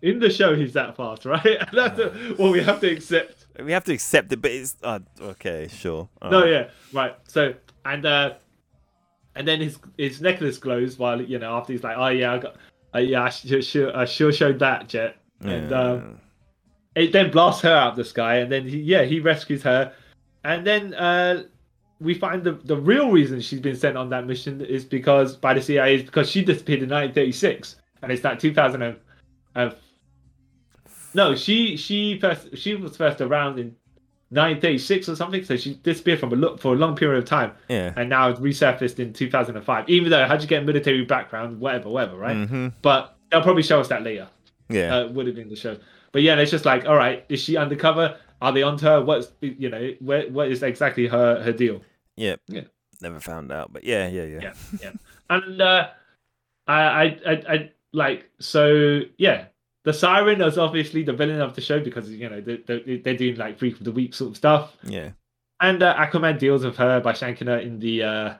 In the show, he's that fast, right? That's what we have to accept. We have to accept it, but it's uh, okay. Sure. No, Alright. yeah, right. So and uh, and then his his oh, necklace glows while you know after he's like, oh yeah, I got, uh, yeah, I sure, sure, I sure showed that jet. And um, it then blasts her out of the sky, and then he, yeah, he rescues her, and then uh, we find the the real reason she's been sent on that mission is because by the CIA is because she disappeared in 1936, and it's like 2000 and, and no, she she first she was first around in 1936 or something, so she disappeared from a look for a long period of time, Yeah. and now it's resurfaced in 2005. Even though how'd you get a military background, whatever, whatever, right? Mhm. But they'll probably show us that later Yeah. uh, would have been the show. But yeah, it's just like, all right, is she undercover? Are they onto her? What's you know, where, what is exactly her her deal? yeah. yeah. Never found out, but yeah, yeah, yeah. Yeah, yeah. And uh, I, I, I, I like so yeah. The siren is obviously the villain of the show because you know they, they, they're doing like freak of the week sort of stuff. Yeah. And uh, Aquaman deals with her by shanking her in the uh,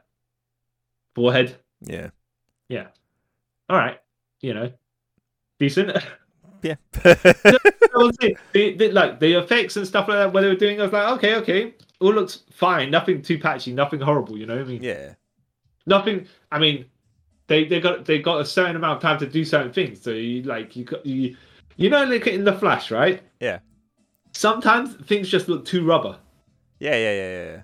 forehead. Yeah. All right, you know, decent. Yeah. I will say, the, the, like the effects and stuff like that, what they were doing, I was like, okay, okay, all looks fine, nothing too patchy, nothing horrible. You know what I mean? yeah. Nothing. I mean, they they got they got a certain amount of time to do certain things. So you like you got you, you know, like in the Flash, right? Yeah. Sometimes things just look too rubber. Yeah. Yeah. Yeah. Yeah.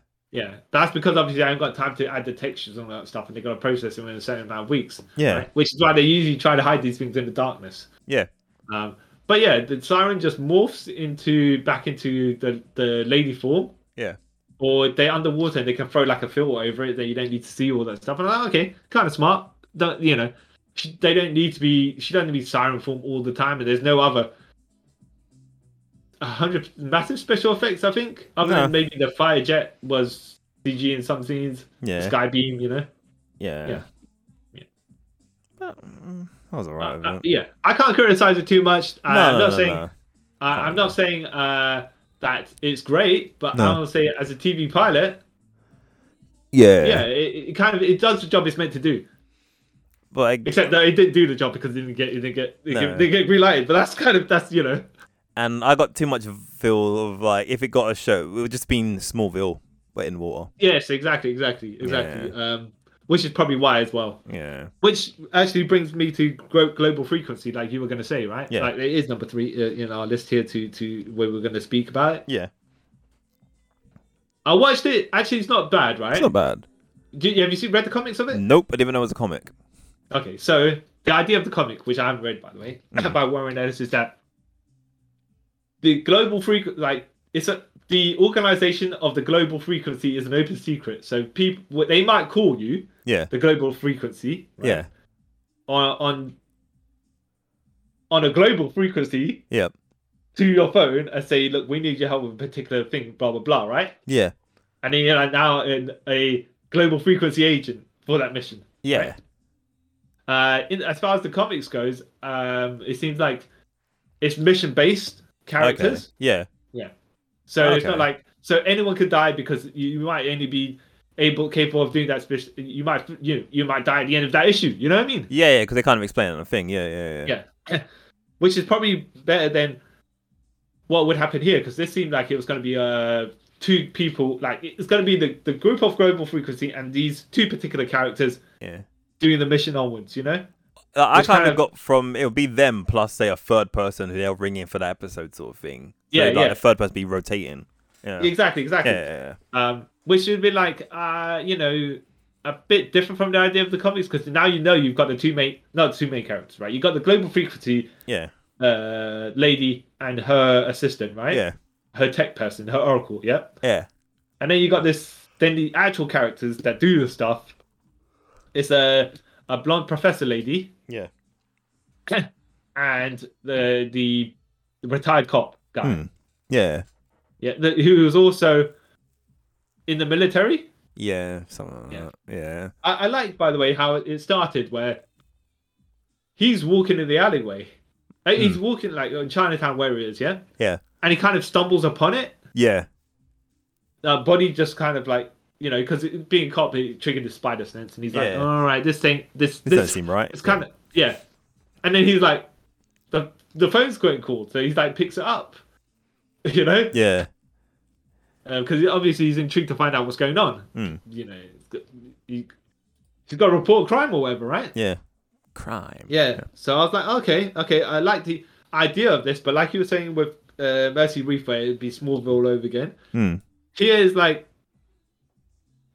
Yeah, that's because obviously I haven't got time to add the textures and all that stuff, and they're going to process them in a certain amount of weeks. Yeah. Which is why they usually try to hide these things in the darkness. Yeah. Um, but yeah, the siren just morphs into back into the the lady form, Yeah. or they're underwater and they can throw like a filter over it that you don't need to see all that stuff. And I'm like, okay, kind of smart. Don't you know? She, they don't need to be. She doesn't need to be siren form all the time, and there's no other. a hundred massive special effects, I think. Other No. than maybe the fire jet was CG in some scenes, Yeah. sky beam, you know. Yeah. Yeah. But, mm, I was Uh, alright with uh, it. yeah, I can't criticize it too much. Uh, No, I'm no, not no, saying no. Uh, I'm not saying uh, that it's great, but No. I will say as a TV pilot, Yeah. yeah, it, it kind of it does the job it's meant to do. But like, Except that it didn't do the job because it didn't get it didn't get it No. get, they get greenlighted. But that's kind of that's you know and I got too much feel of like if it got a show, it would just been Smallville, but in water. yes exactly exactly exactly. Um, which is probably why as well. Yeah. Which actually brings me to gro- global frequency, like you were going to say, right? Yeah. Like it is number three uh, in our list here to to where we're going to speak about it. Yeah. I watched it. Actually, it's not bad, right? It's not bad. Do you- have you seen read the comics of it? Nope. I didn't even know it was a comic. Okay, so the idea of the comic, which I haven't read by the way, by Warren Ellis, is that the global frequency, like it's a the organization of the global frequency is an open secret. So people, what they might call you Yeah. the global frequency. right? Yeah. On on on a global frequency Yeah. to your phone and say, look, we need your help with a particular thing, blah blah blah, right? Yeah. And then you're like now in a global frequency agent for that mission. Yeah. Uh, in, as far as the comics goes, um, it seems like it's mission based Okay. characters. Yeah. So it's not Okay. like so anyone could die because you, you might only be able capable of doing that. Special, you might you you might die at the end of that issue. You know what I mean? Yeah. Yeah. Because they kind of explain it on the thing. Yeah. Yeah. Yeah. Yeah. Which is probably better than what would happen here because this seemed like it was going to be uh two people like it's going to be the the group of global frequency and these two particular characters Yeah. doing the mission onwards. You know? Uh, I It's kind kind of of- got from it'll be them plus say a third person who they'll ring in for that episode sort of thing. So, Yeah, like, yeah. The third person be rotating. Yeah. Yeah. Exactly. Exactly. Yeah. yeah. um, which would be like uh, you know a bit different from the idea of the comics because now you know you've got the two main not two main characters right you've got the global frequency Yeah. uh, lady and her assistant right Yeah. her tech person her oracle yeah Yeah. and then you got this then the actual characters that do the stuff it's a a blonde professor lady Yeah. and the the retired cop guy Hmm. Yeah. yeah the, who was also in the military Yeah. Something like Yeah. that. Yeah. I, I liked, by the way, how it started where he's walking in the alleyway. Uh, He's Hmm. walking like in Chinatown where he is, yeah? Yeah. And he kind of stumbles upon it. Yeah. Uh, body just kind of like, you know, because being cop, it triggered his spider sense. And he's like, Yeah. all right, this thing, this, This this, doesn't seem right. It's kind of, yeah. And then he's like, the, the phone's getting called. So he's like, picks it up, you know? Yeah. because obviously he's intrigued to find out what's going on. Hmm. You know, he's got, he, he's got to report crime or whatever, right? Yeah. Crime. Yeah. So I was like, okay, okay, I like the. idea of this, but like you were saying with uh, Mercy Reef, where it'd be Smallville all over again. Hmm. Here is like,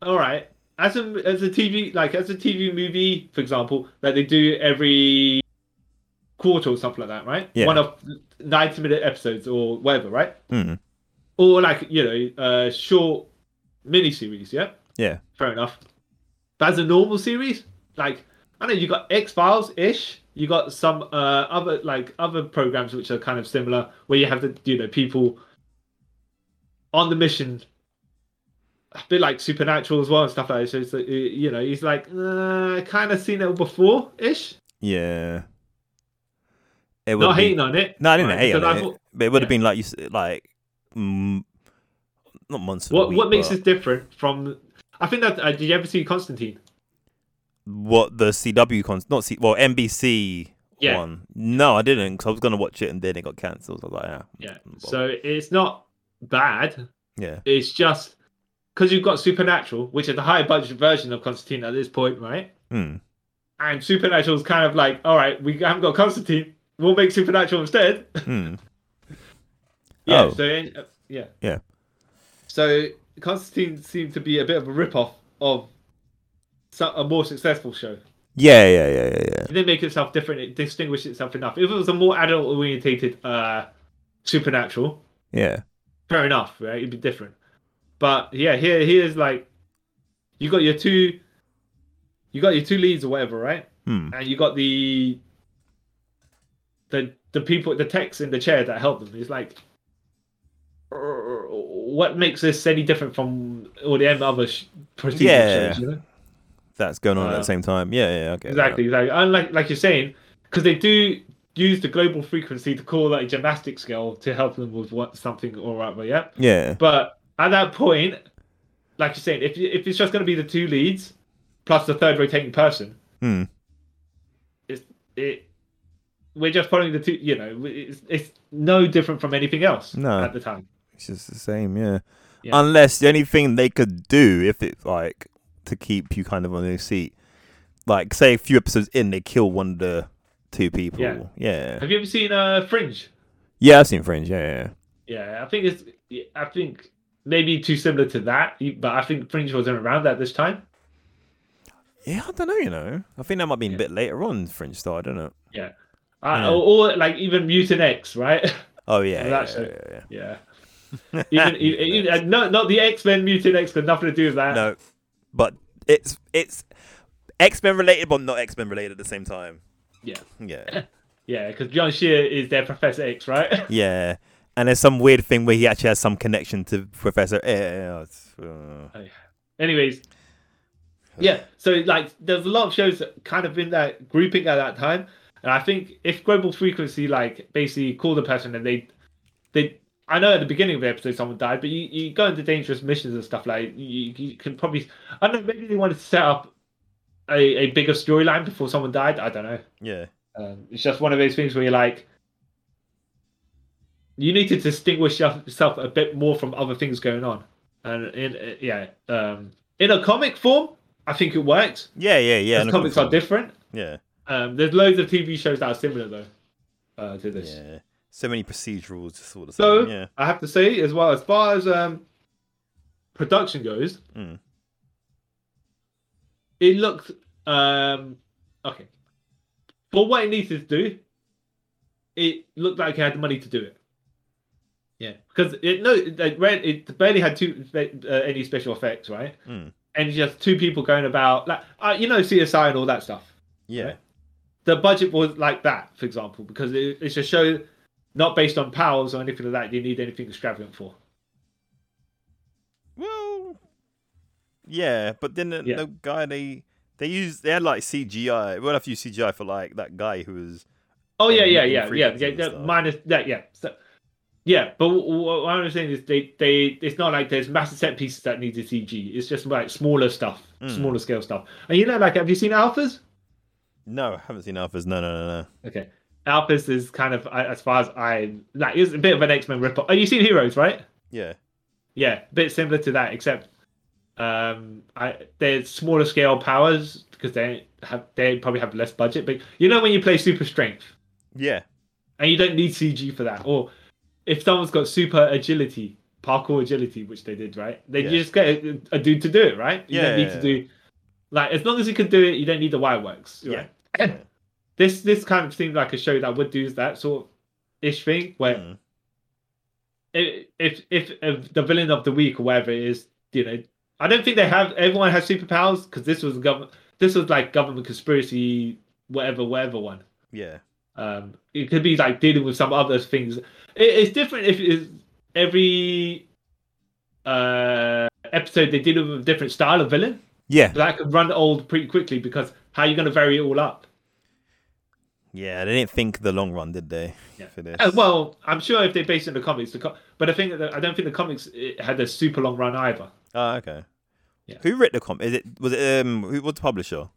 all right, as a as a TV like as a TV movie, for example, that they do every quarter or something like that, right? Yeah. One of ninety minute episodes or whatever, right? Mm. Or like you know, uh, short miniseries, yeah Yeah. fair enough. But as a normal series, like I don't know, you got X Files ish. You got some uh, other like other programs which are kind of similar, where you have the you know people on the mission, a bit like Supernatural as well and stuff like that. So it's, uh, you know, he's like uh, kind of seen it before ish. Yeah. It would Not be- hating on it. No, I didn't hate because on I it. thought- but it would yeah. have been like you s- like mm, not months. What what makes but this different from? I think that uh, did you ever see Constantine? what the CW con not C well NBC Yeah. one? No, I didn't because I was gonna watch it and then it got cancelled. I was like, yeah, Yeah. mm, well, So it's not bad. yeah, it's just because you've got Supernatural, which is the high budget version of Constantine at this point, right? Hmm. And Supernatural's kind of like, all right, we haven't got Constantine, we'll make Supernatural instead. Hmm. yeah, Oh. so uh, yeah, yeah, so Constantine seemed to be a bit of a rip-off of so- a more successful show. yeah, yeah, yeah, yeah, yeah. It didn't make itself different; it distinguished itself enough. If it was a more adult-orientated uh, Supernatural, yeah. fair enough, right? It'd be different. But yeah, here here's like you got your two you got your two leads or whatever, right? Hmm. And you got the the the people the techs in the chair that help them. It's like "Err, what makes this any different from all the other sh- procedural Yeah. shows? You know? That's going on at Uh, the same time. Yeah, yeah, okay. Exactly, exactly. And like like you're saying, because they do use the global frequency to call like gymnastic scale to help them with what something or whatever, yeah. Yeah, But at that point, like you're saying, if if it's just going to be the two leads plus the third rotating person, Hmm. it's it. We're just following the two. You know, it's, it's no different from anything else No. at the time. it's just the same. Yeah. Yeah. unless the only thing they could do if it's like to keep you kind of on your seat, like say a few episodes in, they kill one of the two people. Yeah. yeah. Have you ever seen uh, Fringe? Yeah, I've seen Fringe. Yeah, Yeah, I think it's. I think maybe too similar to that, but I think Fringe wasn't around at this time. yeah. Yeah, I don't know. You know, I think that might be a bit later on. Fringe started, don't it? Yeah, uh, Yeah. Or, or like even Mutant X, right? Oh yeah, Yeah, yeah, that's yeah, it. yeah, yeah. Even, even, even and not not the X Men Mutant X, but nothing to do with that. yeah. No, but it's it's X Men related, but not X Men related at the same time. Yeah. Yeah, Yeah, because John Shear is their Professor X, right? yeah. And there's some weird thing where he actually has some connection to Professor. Yeah, yeah, it's, uh, Anyways, yeah. So like, there's a lot of shows that kind of in that grouping at that time, and I think if Global Frequency like basically called a person and they, they, I know at the beginning of the episode someone died, but you, you go into dangerous missions and stuff like you, you can probably I don't know maybe they wanted to set up a, a bigger storyline before someone died. I don't know. yeah. Um, it's just one of those things where you're like, you need to distinguish yourself a bit more from other things going on. And in uh, yeah, um, in a comic form, I think it works. Yeah, yeah, yeah. Because no, comics are different. Yeah, Um, there's loads of TV shows that are similar though uh, to this. yeah. So many procedurals, just sort of. So So yeah, I have to say as well, as far as um, production goes, Mm. it looked um, okay. For what it needed to do, it looked like it had the money to do it. Yeah, because it no, it, ran- it barely had two uh, any special effects, right? Mm. And just two people going about like uh, you know CSI and all that stuff yeah, the budget was like that, for example, because it, it's a show not based on powers or anything like that. You need anything extravagant for. Well, yeah, but then the, Yeah. the guy they they used they had like CGI. We'll have to use CGI for like that guy who was Oh yeah, yeah, And yeah, yeah, frequency yeah, and yeah. stuff. Minus that, yeah. So, yeah, but wh- wh- what I'm saying is they they it's not like there's massive set pieces that need the CG. It's just like smaller stuff, smaller scale stuff. And you know, like, have you seen Alphas? no, I haven't seen Alphas. No, no, no, no. Okay, Alphas is kind of I- as far as I like. It's a bit of an X Men ripoff. Oh, you seen Heroes, right? Yeah, yeah, a bit similar to that, except um, I, they're smaller scale powers because they have they probably have less budget. But you know when you play super strength yeah, and you don't need CG for that. Or if someone's got super agility, parkour agility, which they did, right? Then Yeah. you just get a, a dude to do it, right? You Yeah, don't need yeah, to do like as long as you can do it, you don't need the wire works. Yeah. Right? this this kind of seemed like a show that would do that sort of ish thing where Mm. if, if if if the villain of the week or whatever it is, you know, I don't think they have everyone has superpowers because this was government. This was like government conspiracy, whatever, whatever one. Yeah. Um, it could be like dealing with some other things. It, it's different if it's every uh episode they deal with a different style of villain. Yeah. That could run old pretty quickly because how are you going to vary it all up? Yeah. They didn't think the long run, did they? Yeah. For this. Uh, well, I'm sure if they based it on the comics, the co- but I think that I don't think the comics eh, had a super long run either. Oh, okay. Yeah. Who wrote the comic? Is it was it um who was the publisher?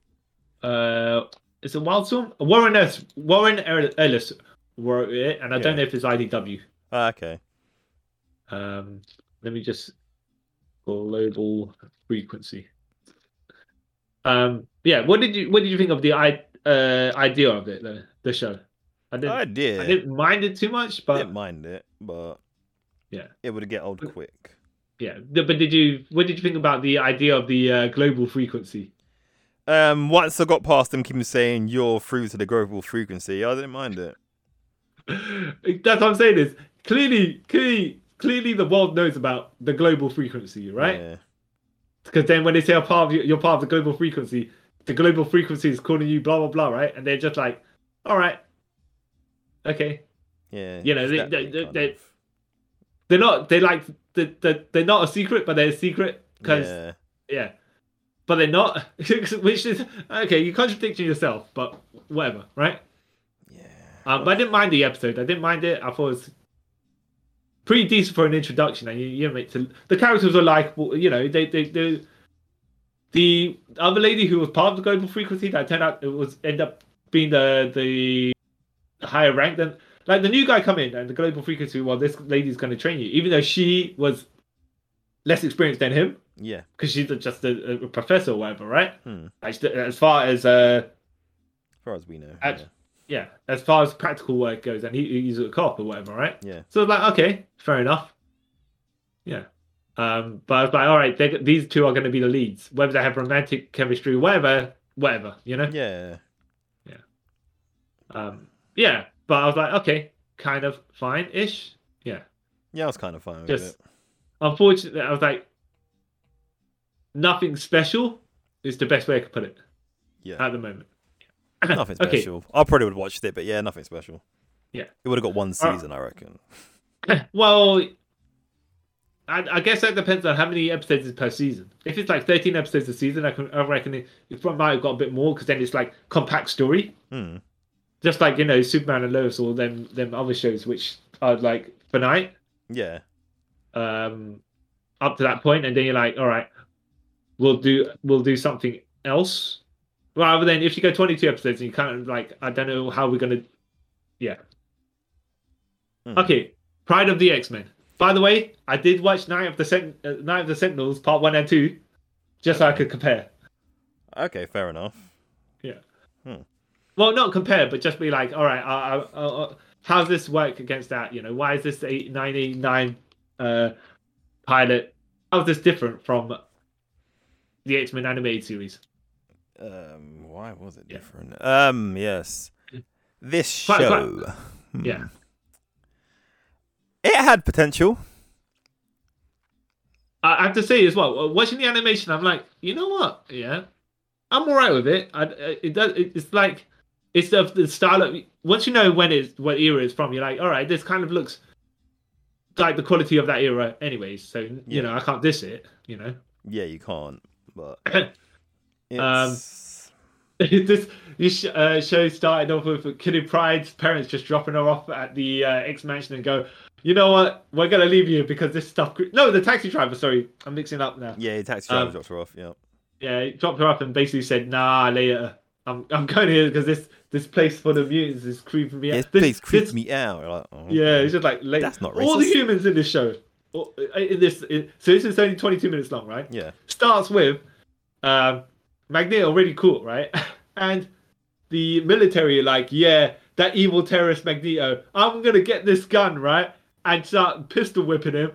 uh it's a wild storm warren ellis warren Er- ellis wrote it and i Yeah. don't know if it's idw Ah, okay. um let me just global frequency um yeah what did you what did you think of the i uh idea of it though the show i didn't I did. i didn't mind it too much I but didn't mind it, but Yeah. it would get old quick. yeah Th- but did you what did you think about the idea of the uh, global frequency Um, once I got past them, keep saying you're through to the global frequency. I didn't mind it. that's what i'm saying is clearly clearly clearly the world knows about the global frequency right Yeah. Because then when they say a part of you, you're part of the global frequency, the global frequency is calling you blah blah blah, right? And they're just like, all right, okay. Yeah. You know, they- That they- bit they- kind they- of. They're not. They like the, the, they're not a secret, but they're a secret because yeah. Yeah. but they're not. Which is okay. You're contradicting yourself, but whatever, right? Yeah. Um, but I didn't mind the episode. I didn't mind it. I thought it was pretty decent for an introduction. And you, you make to, the characters were like, well, you know, they they they. The other lady who was part of the global frequency that turned out it was end up being the the higher rank than like the new guy come in and the global frequency. Well, this lady's going to train you, even though she was less experienced than him Yeah. because she's a- just a, a professor or whatever, right? Hmm. Like, as far as uh, As far as we know. Act- yeah, as far as practical work goes, and he, he's a cop or whatever, right? Yeah. So I was like, okay, fair enough. Yeah. Um, but I was like, all right, they're- these two are going to be the leads, whether they have romantic chemistry, whatever, whatever, you know? yeah. Yeah. Um, yeah. But I was like, okay, kind of fine ish. Yeah. Yeah, I was kind of fine with Just- it. Unfortunately, I was like, nothing special is the best way I could put it Yeah. at the moment. Nothing okay. special. I probably would have watched it, but yeah, nothing special. Yeah. It would have got one season, I reckon. Well, I, I guess that depends on how many episodes is per season. If it's like 13 episodes a season, I, can, I reckon it, it probably might have got a bit more because then it's like compact story. Hmm. Just like, you know, Superman and Lois or them, them other shows, which are like finite Yeah. um, up to that point, And then you're like, all right, we'll do we'll do something else. Rather than if you go 22 episodes and you kind of like, I don't know how we're going to. Yeah. Hmm. Okay, Pride of the X Men. By the way, I did watch Night of the Sent- uh, Night of the Sentinels Part One and Two, just so I could compare. Okay, fair enough. Well, not compare, but just be like, all right, uh, uh, uh, uh, how's this work against that? You know, why is this eight nine eight nine uh, pilot? How's this different from the X Men animated series? Um, why was it Yeah. different? Um, yes. This Quite- quite- show. Hmm. Yeah. It had potential. I I have to say as well, uh, watching the animation, I'm like, you know what? Yeah, I'm all right with it. I, I- it does. it- It's like it's the, the style of once you know when it's what era it's from, you're like, all right, this kind of looks like the quality of that era, anyways. So you Yeah. know, I can't diss it. You know, Yeah, you can't. But Um, it's- this this sh- uh, show started off with Kitty Pride's parents just dropping her off at the uh, X mansion and go. You know what? We're gonna leave you because this stuff. Cre-. No, the taxi driver. Sorry, I'm mixing up now. yeah, your taxi Um, driver drops her off. Yeah, Yeah, he dropped her up and basically said, "Nah, later. I'm I'm going here because this this place for the mutants is creeping me out. yeah this this, place creeps this- me out. You're like, oh, Yeah, okay. it's just like later. That's not all the racist. humans in this show. or- In this, in, so this is only 22 minutes long, right? yeah, Starts with uh, um, Magneto already caught, right? and the military like, yeah, that evil terrorist Magneto. I'm gonna get this gun right and start pistol whipping him.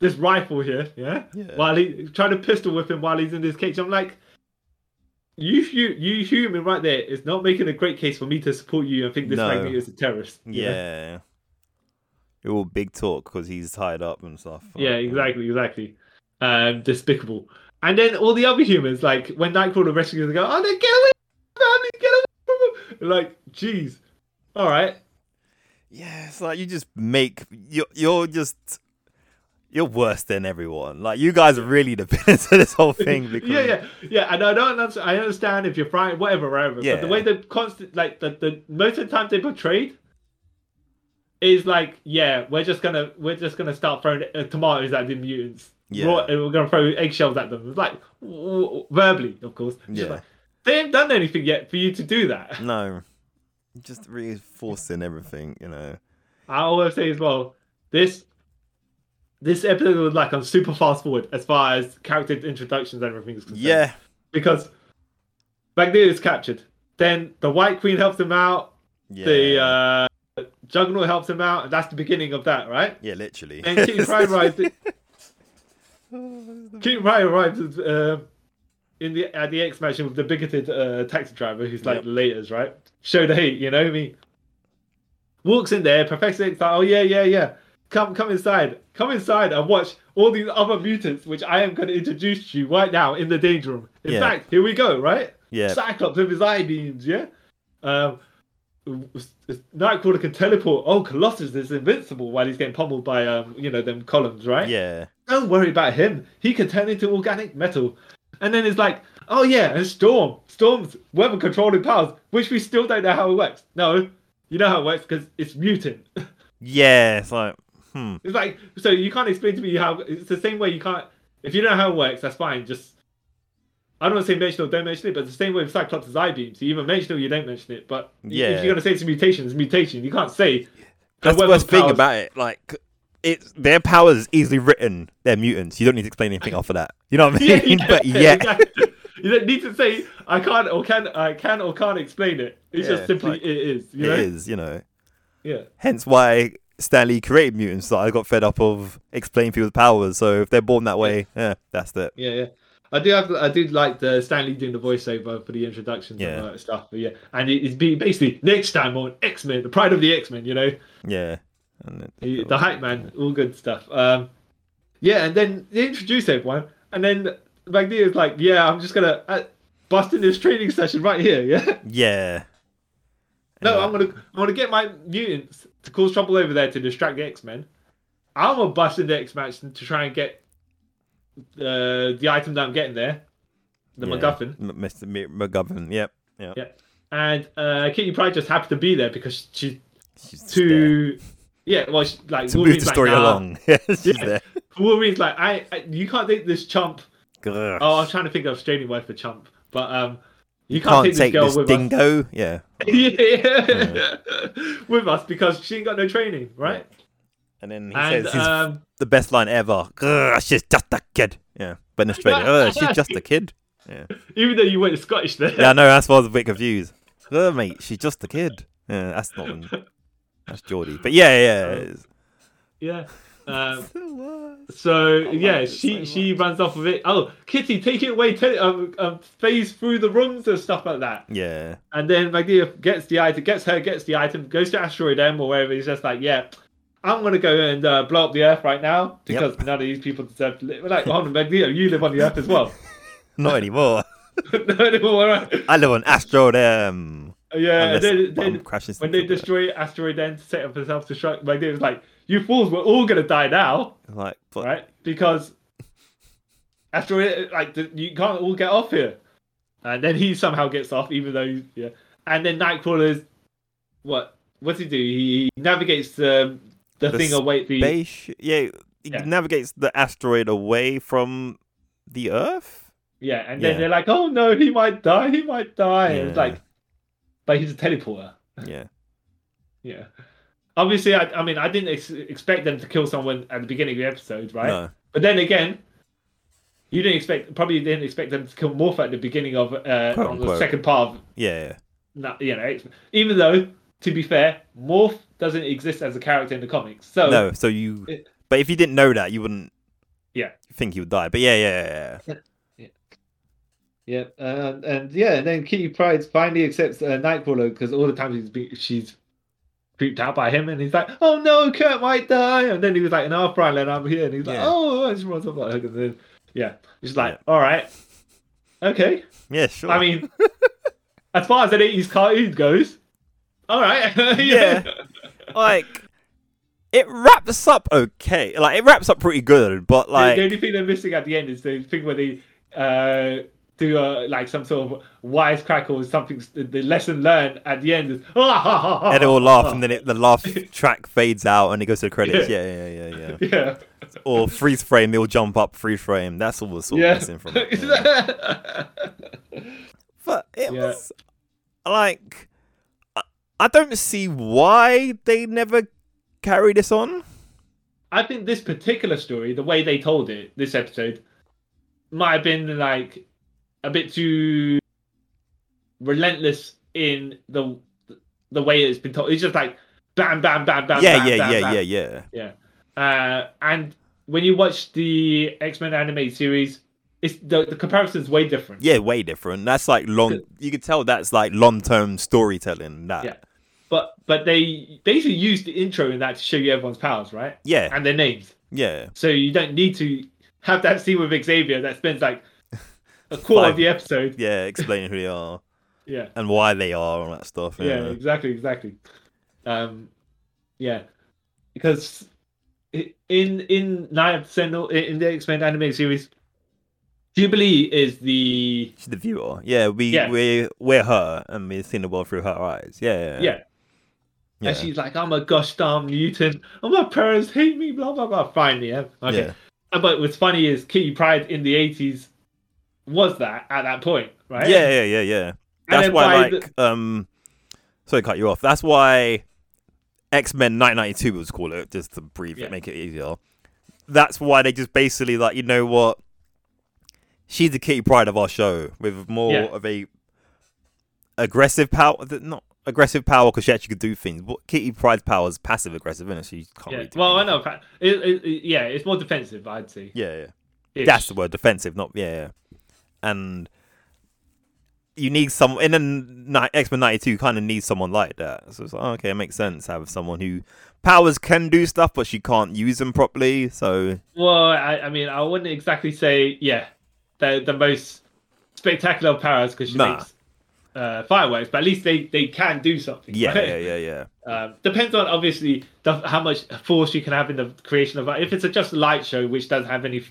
This rifle here, yeah. Yeah. While he trying to pistol whip him while he's in this cage. I'm like, you, you, you human right there is not making a great case for me to support you and think this No. Magneto is a terrorist. you know? Yeah. It all big talk because he's tied up and stuff. Yeah, Like, exactly, exactly. Um, despicable. And then all the other humans, like when Nightcrawler rescues, they go, "Oh, no, get away, family, get away from him!" Like, jeez. All right. Yeah, it's like you just make you're you're just you're worse than everyone. Like you guys are really the villains of this whole thing. Because, Yeah, yeah, yeah. And I don't understand. I understand if you're frightened, whatever, whatever. But Yeah. the way the constant, like the, the most of the time they portrayed, is like, yeah, we're just gonna we're just gonna start throwing uh, tomatoes at the mutants. Yeah. Raw- and we're gonna throw eggshells at them. It's like w- w- verbally, of course. It's just Yeah. like, they haven't done anything yet for you to do that. No, just really forcing everything. You know. I always say as well, this this episode was like on super fast forward as far as character introductions and everything is concerned. Yeah. Because Magneto is captured. Then the White Queen helps him out, Yeah. the uh Juggernaut helps him out, and that's the beginning of that, right? yeah, literally. Then King Pride arrives Oh, King Pride arrives uh, in the at the X mansion with the bigoted uh, taxi driver who's like Yep. the latest, right? Show the hate, you know what I mean? Walks in there, Professor X like, oh yeah, yeah, yeah. Come come inside. Come inside and watch all these other mutants, which I am gonna introduce to you right now in the danger room. In Yeah. fact, here we go, right? Yeah. Cyclops with his eye beams, yeah? Um Nightcrawler can teleport. Oh, Colossus is invincible while he's getting pummeled by um, you know, them columns, right? yeah. don't worry about him. He can turn into organic metal. And then it's like, oh yeah, and Storm. Storm's weapon controlling powers, which we still don't know how it works. No, you know how it works because it's mutant. Yeah. It's like, hmm. It's like, so you can't explain to me how, it's the same way you can't, if you know how it works, that's fine. Just, I don't want to say mention or don't mention it, but it's the same way with Cyclops' eye beams. You either mention it or you don't mention it. But Yeah. if you're going to say it's a mutation, it's a mutation. You can't say. That's the weapon worst thing powers- about it. Like, it's their powers is easily written. They're mutants. You don't need to explain anything after that. You know what I Yeah, mean? but yeah. exactly. you don't need to say I can't or can I can or can't explain it. It's Yeah, just simply like, it is. You It know? is, you know. Yeah. Hence why Stanley created mutants. So I got fed up of explaining people's powers. So if they're born that way, yeah, that's it. Yeah, yeah. I do have I do like the Stanley doing the voiceover for the introductions Yeah. and all that stuff. But yeah. And it- it's be- basically next time on X Men, the pride of the X Men, you know? Yeah. And it- He- the hype man, all good stuff. Um, yeah, and then they introduce everyone, and then Magneto's like, "Yeah, I'm just gonna uh, bust in this training session right here." Yeah, yeah. No, Yeah. I'm gonna I'm gonna get my mutants to cause trouble over there to distract the X Men. I'm gonna bust in the X Men to try and get uh, the item that I'm getting there, the yeah. MacGuffin. M- Mr. M- MacGuffin. Yep. Yep. Yeah. And uh, Kitty Pride just happened to be there because she's She's just there. too yeah. Well, she, like to move Wolverine's the like, story "Nah." along. Yeah, she's Yeah. there. Wolverine's like I, I you can't take this chump. Grr. Oh, I was trying to think of Australian word for chump, but um, you, can't, can't, take this girl this with us. dingo. Yeah. yeah. with us because she ain't got no training, right? And then he And says he's um, the best line ever. Grr, she's just a kid. Yeah. But in Australia, "Grr, she's just a kid. Yeah. Even though you went Scottish there. Yeah, I know. That's why I was a bit confused. Oh, mate, she's just a kid. Yeah, that's not. that's Geordie. But yeah, yeah. Um, it's- Yeah. Um, so yeah, she she runs off with it. Oh, Kitty, take it away! Tell it, um, um, phase through the rooms and stuff like that. yeah. And then Magneto gets the item, gets her, gets the item, goes to Asteroid M or wherever. He's just like, yeah, I'm gonna go and uh, blow up the Earth right now because none of these people deserve to live. We're like, hold on, Magneto, you live on the Earth as well. Not anymore. no, no, all right. I live on Astro M. Yeah, and Unless then, bomb then crashes when they into the- destroy Asteroid M to set up for self-destruct, Magneto's like, you fools, we're all gonna die now. Like, but, right? Because after it, like the, you can't all get off here, and then he somehow gets off, even though he's- yeah. And then Nightcrawler's what? What's he do? He navigates the the, The thing away. The space. Yeah, he Yeah. navigates the asteroid away from the Earth. yeah, and then yeah. they're like, oh no, he might die, he might die. And It's Yeah. like, but he's a teleporter. Yeah. Yeah. Obviously, I, I mean, I didn't ex- expect them to kill someone at the beginning of the episode, right? No. But then again, you didn't expect probably didn't expect them to kill Morph at the beginning of uh, Quote, on the unquote. second part of Yeah. no- you know, even though to be fair, Morph doesn't exist as a character in the comics. So No, so you. It- But if you didn't know that, you wouldn't yeah, think he would die. But yeah, yeah, yeah, yeah. yeah, uh, and yeah, and then Kitty Pride finally accepts uh, Nightcrawler because all the time he's been, she's creeped out by him, and he's like, "Oh no, Kurt might die," and then he was like, "An half Brian, and I'm here," and he's like, Yeah. "Oh," and she runs off like, and then, yeah, she's like, "All right, okay." Yeah, sure. I mean, as far as an 80s cartoon goes, all right. Yeah. like it wraps up okay. Like it wraps up pretty good, but The- like the only thing they're missing at the end is the thing where they uh, do uh, like some sort of wisecrack or something. The lesson learned at the end is. Ed will laugh, and then it, the laugh track fades out, and it goes to the credits. Yeah, yeah, yeah, yeah. yeah. Yeah. or freeze frame. They'll jump up, freeze frame. That's all the sort of Yeah. missing from it. yeah. But it Yeah. was like I, I don't see why they never carry this on. I think this particular story, the way they told it, this episode, might have been like a bit too relentless in the the way it's been told. It's just like bam, bam, bam, bam. yeah, bam, yeah, bam, yeah, bam. yeah, yeah. Yeah. Uh, and when you watch the X Men animated series, it's the, the comparison's way different. Yeah, way different. That's like long. You could tell that's like long term storytelling. That. Yeah. But but they basically used the intro in that to show you everyone's powers, right? Yeah. And their names. yeah. So you don't need to have that scene with Xavier that spends like a quarter Five. of the episode. yeah, explaining who they are Yeah. and why they are and all that stuff. Yeah, exactly, exactly. Um yeah. Because i- in in Night of the Sentinel in in the X Men animated series, Jubilee is the She's the viewer. Yeah, we Yeah. we we're her and we're seeing the world through her eyes. Yeah, yeah, yeah. yeah. And she's like, I'm a gosh darn mutant. And my parents hate me, blah, blah, blah. Fine, yeah. Okay. Yeah. Uh, But what's funny is Kitty Pride in the 80s was that at that point, right? yeah, yeah, yeah, yeah. That's then why, by the- like, um, sorry, to cut you off. That's why X Men 1992 was called it, just to breathe Yeah. it, make it easier. That's why they just basically like, you know what? She's the Kitty Pride of our show with more Yeah. of a aggressive power, th- not aggressive power because she actually could do things. But Kitty Pride's power is passive aggressive, and she can't. Yeah. Really do Well, I anything. know. Pat- It, it, it- yeah, it's more defensive, I'd say. Yeah, yeah. Ish. That's the word, defensive, not yeah. yeah. And you need some in a X Men ninety two kind of needs someone like that. So it's like oh, okay, it makes sense have someone who powers can do stuff, but she can't use them properly. So Well, I, I mean, I wouldn't exactly say, yeah, the, the most spectacular of powers because she Nah. makes uh, fireworks, but at least they, they can do something. yeah, right? yeah, yeah, yeah, Um, depends on obviously the, how much force you can have in the creation of. If it's a just light show, which doesn't have any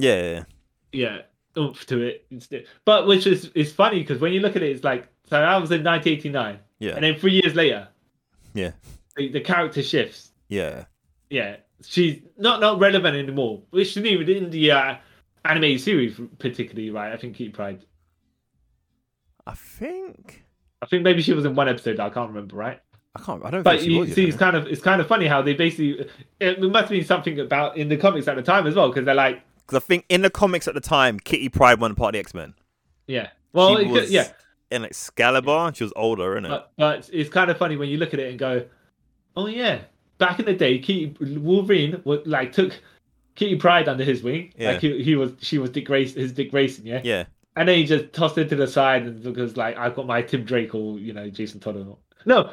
yeah, yeah. yeah oomph to it, it's, but which is is funny because when you look at it, it's like so that was in 1989, Yeah. and then three years later, yeah, the, the character shifts. yeah. Yeah, she's not not relevant anymore. Which isn't even in the uh, animated series particularly, right? I think Keep Pride. I think I think maybe she was in one episode. I can't remember, right? I can't. I don't But think she you was. see, you it's know. kind of it's kind of funny how they basically it must mean something about in the comics at the time as well because they're like 'Cause I think in the comics at the time, Kitty Pride wasn't part of the X Men. yeah well she Oh, it could, was yeah in Excalibur. and She was older, innit? but, but it's kind of funny when you look at it and go oh yeah back in the day Kitty Wolverine was like took Kitty Pride under his wing Yeah. like he, he was she was Dick Grayson his Dick Grayson yeah? yeah, and then he just tossed her to the side and because like I've got my Tim Drake or you know Jason Todd or no.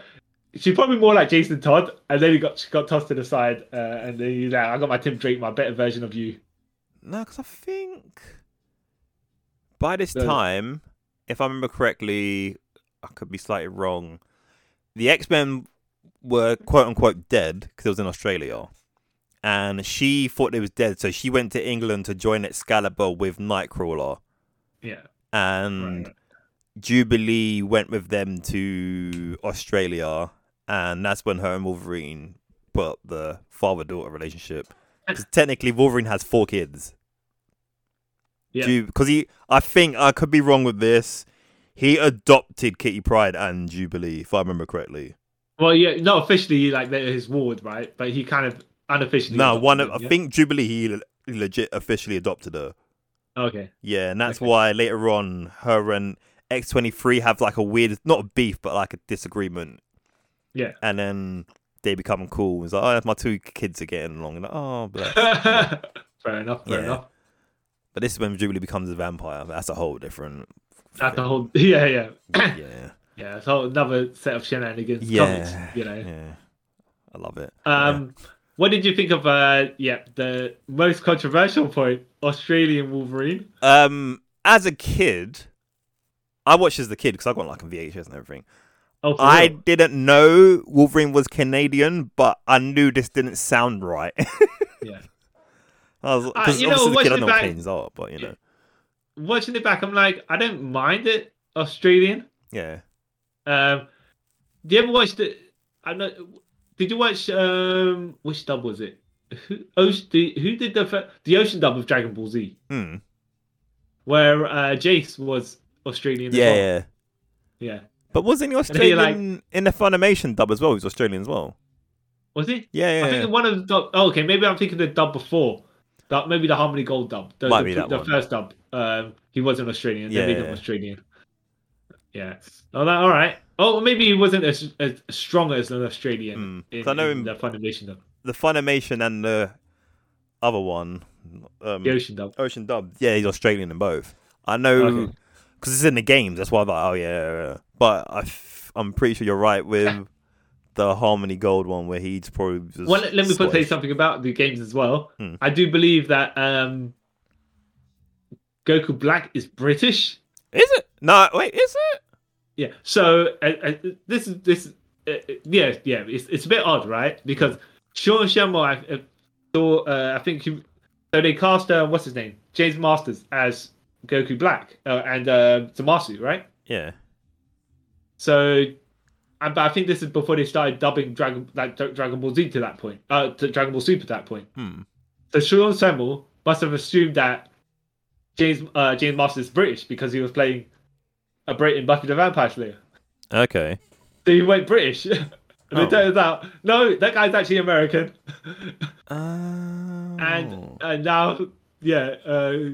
She's probably more like Jason Todd, and then he got she got tossed to the side, uh, and then he's like, "I got my Tim Drake, my better version of you." No, because I think by this No, no. time, if I remember correctly, I could be slightly wrong. The X Men were quote unquote dead because it was in Australia, and she thought they was dead, so she went to England to join Excalibur with Nightcrawler, Yeah. and Jubilee went with them to Australia, and that's when her and Wolverine put up the father-daughter relationship. 'Cause technically, Wolverine has four kids. Yeah. because he, I think I could be wrong with this. He adopted Kitty Pride and Jubilee, if I remember correctly. Well, yeah, not officially like they're his ward, right? But he kind of unofficially. No, adopted one of them, I yeah? think Jubilee he le- legit officially adopted her. Okay. Yeah, and that's Okay. why later on her and X twenty three have like a weird, not a beef, but like a disagreement Yeah. and then they become cool. It's like, oh, my two kids are getting along. And like, oh, bless. fair enough. Fair Yeah. enough. but this is when Jubilee becomes a vampire. That's a whole different. That's a whole. Yeah, yeah, yeah, yeah. It's a whole another set of shenanigans. yeah, comics, you know. yeah. I love it. Um, what did you think of? Uh, yeah, the most controversial point: Australian Wolverine. Um, as a kid, I watched as the kid because I got like on VHS and everything. Oh, for I real? didn't know Wolverine was Canadian, but I knew this didn't sound right. Yeah. I was because Uh, you know, obviously the watching kid I it know back- opinions are, but you know, watching it back, I'm like, I don't mind it, Australian. yeah. Um, do you ever watch the? I'm not. Did you watch um which dub was it? Who Oce- the, who did the fir- the ocean dub of Dragon Ball Z Hmm. where uh Jace was Australian? as Yeah, well? yeah. yeah. But wasn't he then you're like- Australian in the Funimation dub as well? He was Australian as well. Was it? Yeah, yeah. I yeah. think the one of the dub. Oh, okay, maybe I'm thinking the dub before. That maybe the Harmony Gold dub. The, Might the, be that the one. first dub. Um, he wasn't Australian. Yeah, they made him yeah. Australian. Yeah. Oh, that, all right. Oh, maybe he wasn't as, as strong as an Mm. Australian. 'Cause I know him- the Funimation dub, the Funimation and the other one, um, the Ocean dub. Ocean Dub. Yeah, he's Australian in both. I know because Okay. it's in the games. That's why I'm like, oh yeah. yeah, yeah. But I f- I'm pretty sure you're right with the Harmony Gold one where he's probably. Just Well, let let me put, say Scottish. something about the games as well. Hmm. I do believe that um, Goku Black is British. Is it? No, wait, is it? Yeah. So uh, uh, this is this. Uh, uh, yeah, yeah. It's it's a bit odd, right? Because Sean Shamrock, I uh, saw. Uh, I think he, so. They cast uh, what's his name, James Masters, as Goku Black uh, and uh, Zamasu, right? Yeah. So, and, but I think this is before they started dubbing Dragon like, Dra- Dragon Ball Z to that point, uh, to Dragon Ball Super to that point. Hmm. So Sean Semmel must have assumed that James uh, James Masters is British because he was playing a Brit in Buffy the Vampire Slayer. Okay. So he went British. and Oh. it turns out, no, that guy's actually American. Oh. And and now, yeah, uh,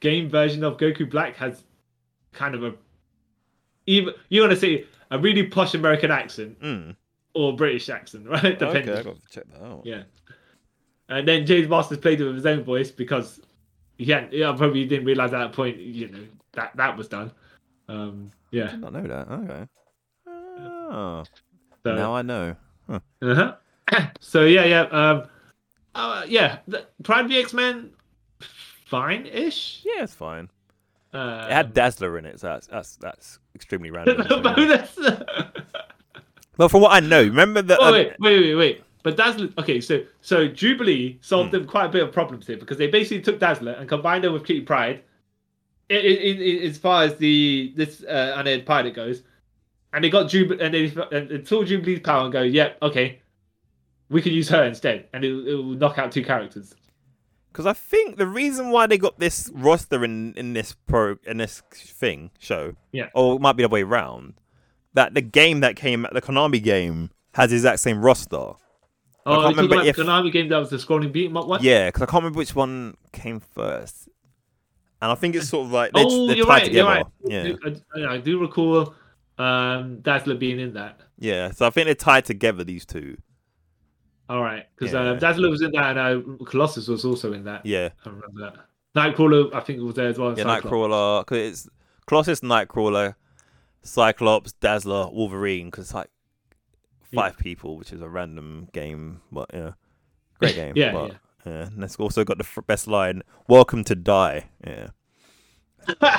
game version of Goku Black has kind of a even you want to say a really posh American accent Mm. or British accent, right? Depending. Okay, I got to check that out. Yeah. And then James Masters played it with his own voice because he hadn't, yeah, probably didn't realize at that point, you know, that that was done. Um, I yeah. did not know that. Okay. Oh, So, now I know. Uh-huh. so yeah, yeah, um, uh, yeah. The, Prime the X Men, fine-ish. Yeah, it's fine. Uh, It had Dazzler in it, so that's that's, that's extremely random. so yeah. but that's- Well, from what I know, remember that. oh um, wait, wait, wait, wait. But Dazzler, okay, so so Jubilee solved them quite a bit of problems here because they basically took Dazzler and combined her with Kitty Pride, i i i as far as the this uh, unaired pilot goes, and they got Jubilee and they and, and saw Jubilee's power and go, yep, okay, we can use her instead, and it, it will knock out two characters. Because I think the reason why they got this roster in, in this pro in this thing show, Yeah. or it might be the way round, that the game that came, the Konami game, has the exact same roster. Oh, can't you talking remember about if- the Konami game that was the scrolling beat 'em up one? Yeah, because I can't remember which one came first, and I think it's sort of like they, oh, they're you're tied right. together. You're right. Yeah, I- I, I do recall um, Dazzler being in that. yeah. So I think they're tied together these two. All right, because Yeah. um, Dazzler was in that, and uh, Colossus was also in that. Yeah, I remember that. Nightcrawler, I think, was there as well. and yeah. Cyclops. Nightcrawler, because it's Colossus, Nightcrawler, Cyclops, Dazzler, Wolverine. Because it's like Yeah. five people, which is a random game, but yeah, great game. Yeah, but- yeah. Yeah, and it's also got the f- best line: "Welcome to die." Yeah,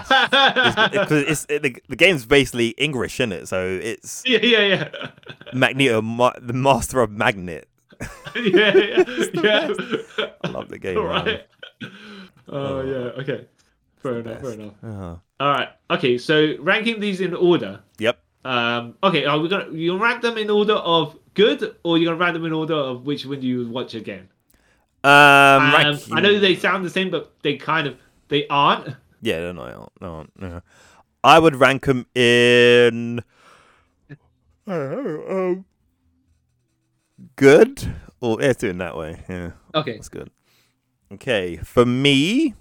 because it's, it, the, the game's basically English in it, so it's yeah, yeah, yeah, Magneto, ma- the master of magnet. yeah, yeah. yeah. I love the game. All man. right. Oh yeah. Okay. Fair enough. Fair best. enough. Uh-huh. All right. Okay. So ranking these in order. Yep. Um. Okay. Are we gonna you rank them in order of good, or you gonna rank them in order of which one you watch again? Um, Um, ranking- I know they sound the same, but they kind of they aren't. Yeah, they're not out. No, no. I would rank them in. I don't know. Um, good. Or let's do it that way. Yeah. Okay. That's good. Okay, for me,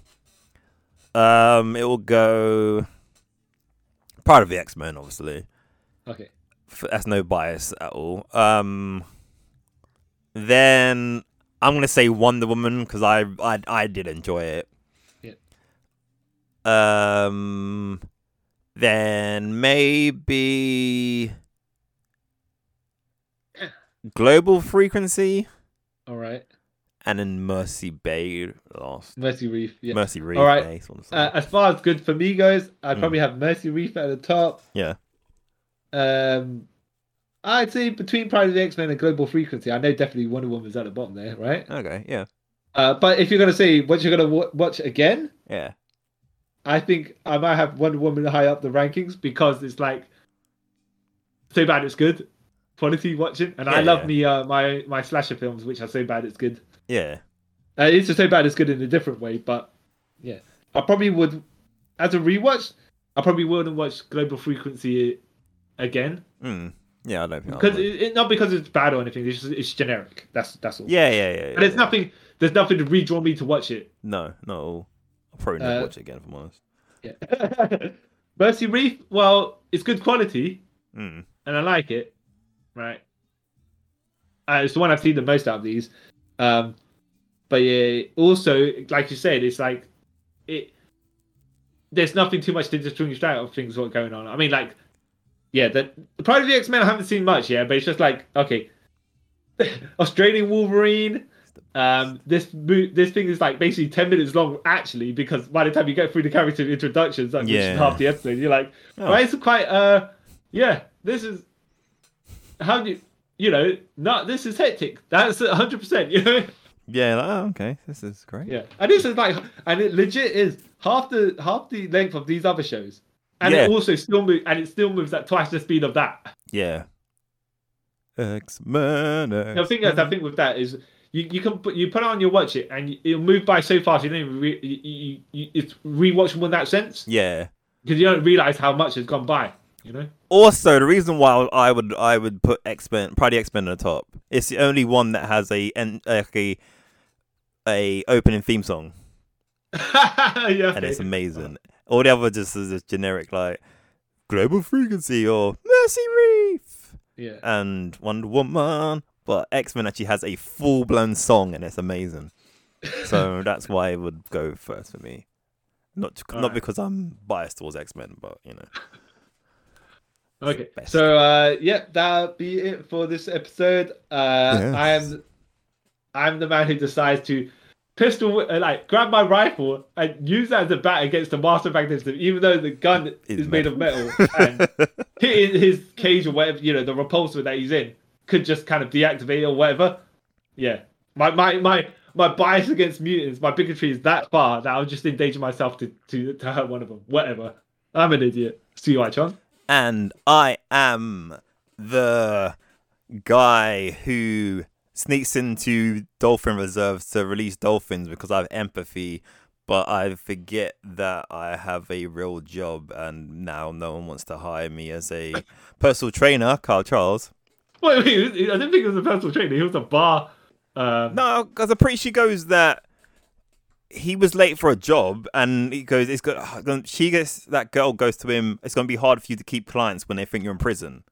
um, it will go part of the X Men, obviously. Okay. F- That's no bias at all. Um, then I'm gonna say Wonder Woman because I, I I did enjoy it. Yeah. Um, then maybe Global Frequency All right, and then Mercy Bay last. Mercy Reef. Yeah. Mercy Hmm. Reef. All right. Bay, that's what I'm saying. Uh, as far as good for me goes, I'd probably have Mercy Reef at the top. yeah. Um, I'd say between Pride of the X Men and Global Frequency, I know definitely Wonder Woman's at the bottom there, right? Okay. Yeah. Uh, but if you're gonna say what you're gonna w- watch again, Yeah. I think I might have Wonder Woman high up the rankings because it's like so bad it's good quality watching, and I Yeah, love yeah. me uh, my my slasher films, which are so bad it's good. Yeah. Uh, it's just so bad it's good in a different way, but yeah, I probably would as a rewatch. I probably wouldn't watch Global Frequency again Mm. Yeah. I don't think. I because would. it, it- not because it's bad or anything. It's just it's generic. That's that's all. Yeah. Yeah. Yeah. yeah and there's yeah. nothing. There's nothing to redraw me to watch it. No. Not at all. I'll probably never Uh, watch it again. If I'm honest. Yeah. Mercy Reef. Well, it's good quality. Mm. and I like it. Right. Uh, it's the one I've seen the most out of these. Um, but yeah, also like you said, it's like it. There's nothing too much to distinguish out of things what going on. I mean, like, yeah, the, the Pride of the X Men I haven't seen much, yeah, but it's just like okay, Australian Wolverine. Um, this mo- this thing is like basically ten minutes long actually because by the time you get through the character introductions, like which Yeah. is half the episode, you're like, Oh. why is it quite uh yeah, this is how do you you know, not this is hectic. That's hundred percent, you know? Yeah. Like, oh, okay. This is great. Yeah. And this is like and it legit is half the half the length of these other shows. And it Yeah. also still moves and it still moves at twice the speed of that. Yeah. X Men. The thing is I think with that is you, you can put you put it on your watch it and it'll move by so fast you don't even re, you, you, you, it's rewatchable in that sense Yeah. because you don't realize how much has gone by you know Also, the reason why I would I would put X Men, probably X Men, on the top. It's the only one that has a en- like a a opening theme song, yeah and it's amazing. All the other just is just generic like Global Frequency or Mercy Reef yeah and Wonder Woman, but X Men actually has a full blown song, and it's amazing. So that's why it would go first for me. Not to, not Alright. because I'm biased towards X Men, but you know. Okay. best. So uh yep, that'll be it for this episode. Uh Yes. I am I'm the man who decides to pistol uh, like grab my rifle and use that as a bat against the master magnetism, even though the gun Is is, made of metal and hitting his cage or whatever, you know, the repulsor that he's in could just kind of deactivate it or whatever. Yeah. My my my my bias against mutants, my bigotry is that far that I'll just endanger myself to, to, to hurt one of them. Whatever. I'm an idiot. See you, Chon. and I am the guy who sneaks into dolphin reserves to release dolphins because I have empathy, but I forget that I have a real job and now no one wants to hire me as a personal trainer, Carl Charles. Wait, wait, I didn't think it was a personal trainer. He was a bar. Um, No, because I'm pretty sure she goes that he was late for a job, and he goes, "It's good." She gets that girl goes to him. It's going to be hard for you to keep clients when they think you're in prison.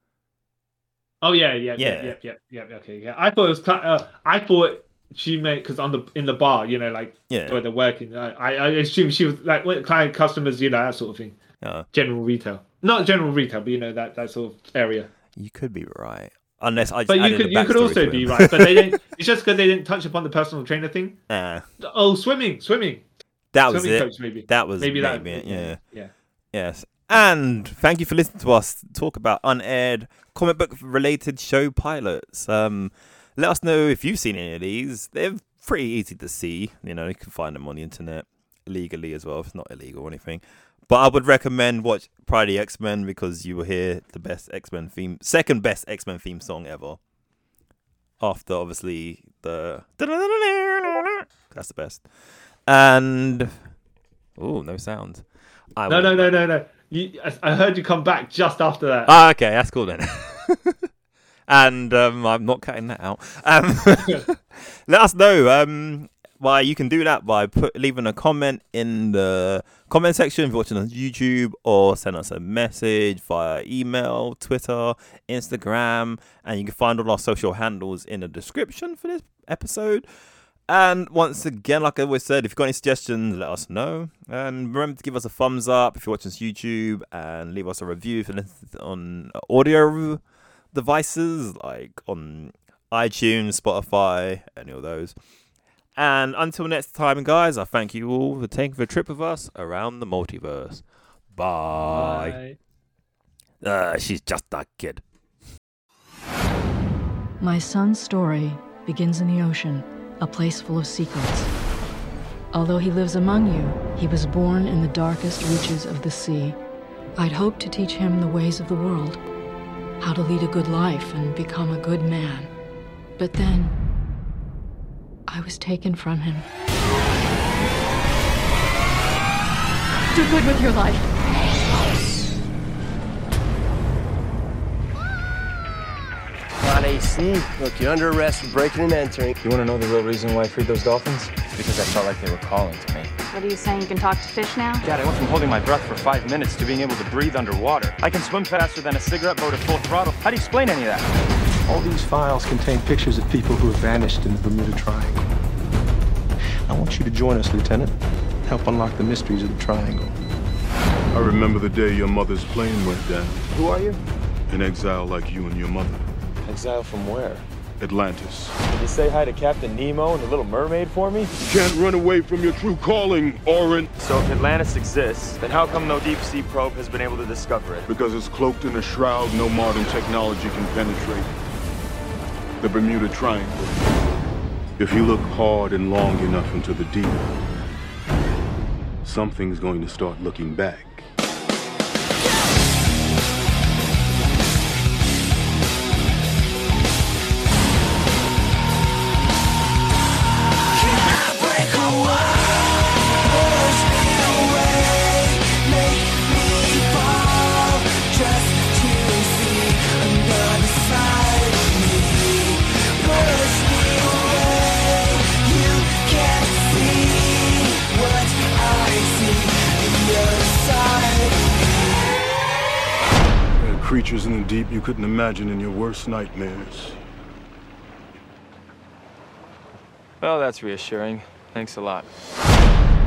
Oh yeah, yeah, Yeah. yeah, yeah, yeah, yeah, yeah. Okay, yeah. I thought it was. cla- Uh, I thought she meant because on the in the bar, you know, like Yeah. where they're working. I, I I assume she was like with client customers, you know, that sort of thing. Uh, General retail, not general retail, but you know that that sort of area. You could be right, unless I. Just But you added could the you could backstory also to be him. right. But they didn't. It's just because they didn't touch upon the personal trainer thing. Nah, Oh, swimming, swimming, that was swimming it. coach, maybe. That was maybe maybe, it. that. Yeah. yeah. Yes. And thank you for listening to us talk about unaired comic book related show pilots. Um, let us know if you've seen any of these. They're pretty easy to see. You know, you can find them on the internet legally as well. If it's not illegal or anything. But I would recommend watch Pride of the X Men because you will hear the best X Men theme, second best X Men theme song ever. After obviously the that's the best, and oh no sound. I No, will- no, no, no, no. You, I, I heard you come back just after that. Ah, okay, that's cool then. and um, I'm not cutting that out. Um, let us know um, by you can do that by put leaving a comment in the comment section if you're watching on YouTube or send us a message via email, Twitter, Instagram, and you can find all our social handles in the description for this episode. And once again, like I always said, if you've got any suggestions, let us know. And remember to give us a thumbs up if you're watching us YouTube and leave us a review for this on audio devices like on iTunes, Spotify, any of those. And until next time, guys, I thank you all for taking the trip with us around the multiverse. Bye. Bye. Uh, she's just that kid. My son's story begins in the ocean, a place full of secrets. Although he lives among you, he was born in the darkest reaches of the sea. I'd hoped to teach him the ways of the world, how to lead a good life and become a good man. But then, I was taken from him. Do good with your life. On AC. Look, you're under arrest for breaking and entering. You want to know the real reason why I freed those dolphins? It's because I felt like they were calling to me. What are you saying? You can talk to fish now? Dad, I went from holding my breath for five minutes to being able to breathe underwater. I can swim faster than a cigarette boat at full throttle. How do you explain any of that? All these files contain pictures of people who have vanished in the Bermuda Triangle. I want you to join us, Lieutenant. Help unlock the mysteries of the Triangle. I remember the day your mother's plane went down. Who are you? An exile like you and your mother. Exile from where? Atlantis. Did you say hi to Captain Nemo and the Little Mermaid for me? You can't run away from your true calling, Orin, So if Atlantis exists, then how come no deep sea probe has been able to discover it? because it's cloaked in a shroud no modern technology can penetrate. The Bermuda Triangle. If you look hard and long enough into the deep, something's going to start looking back. There are creatures in the deep you couldn't imagine in your worst nightmares. Well, that's reassuring. Thanks a lot.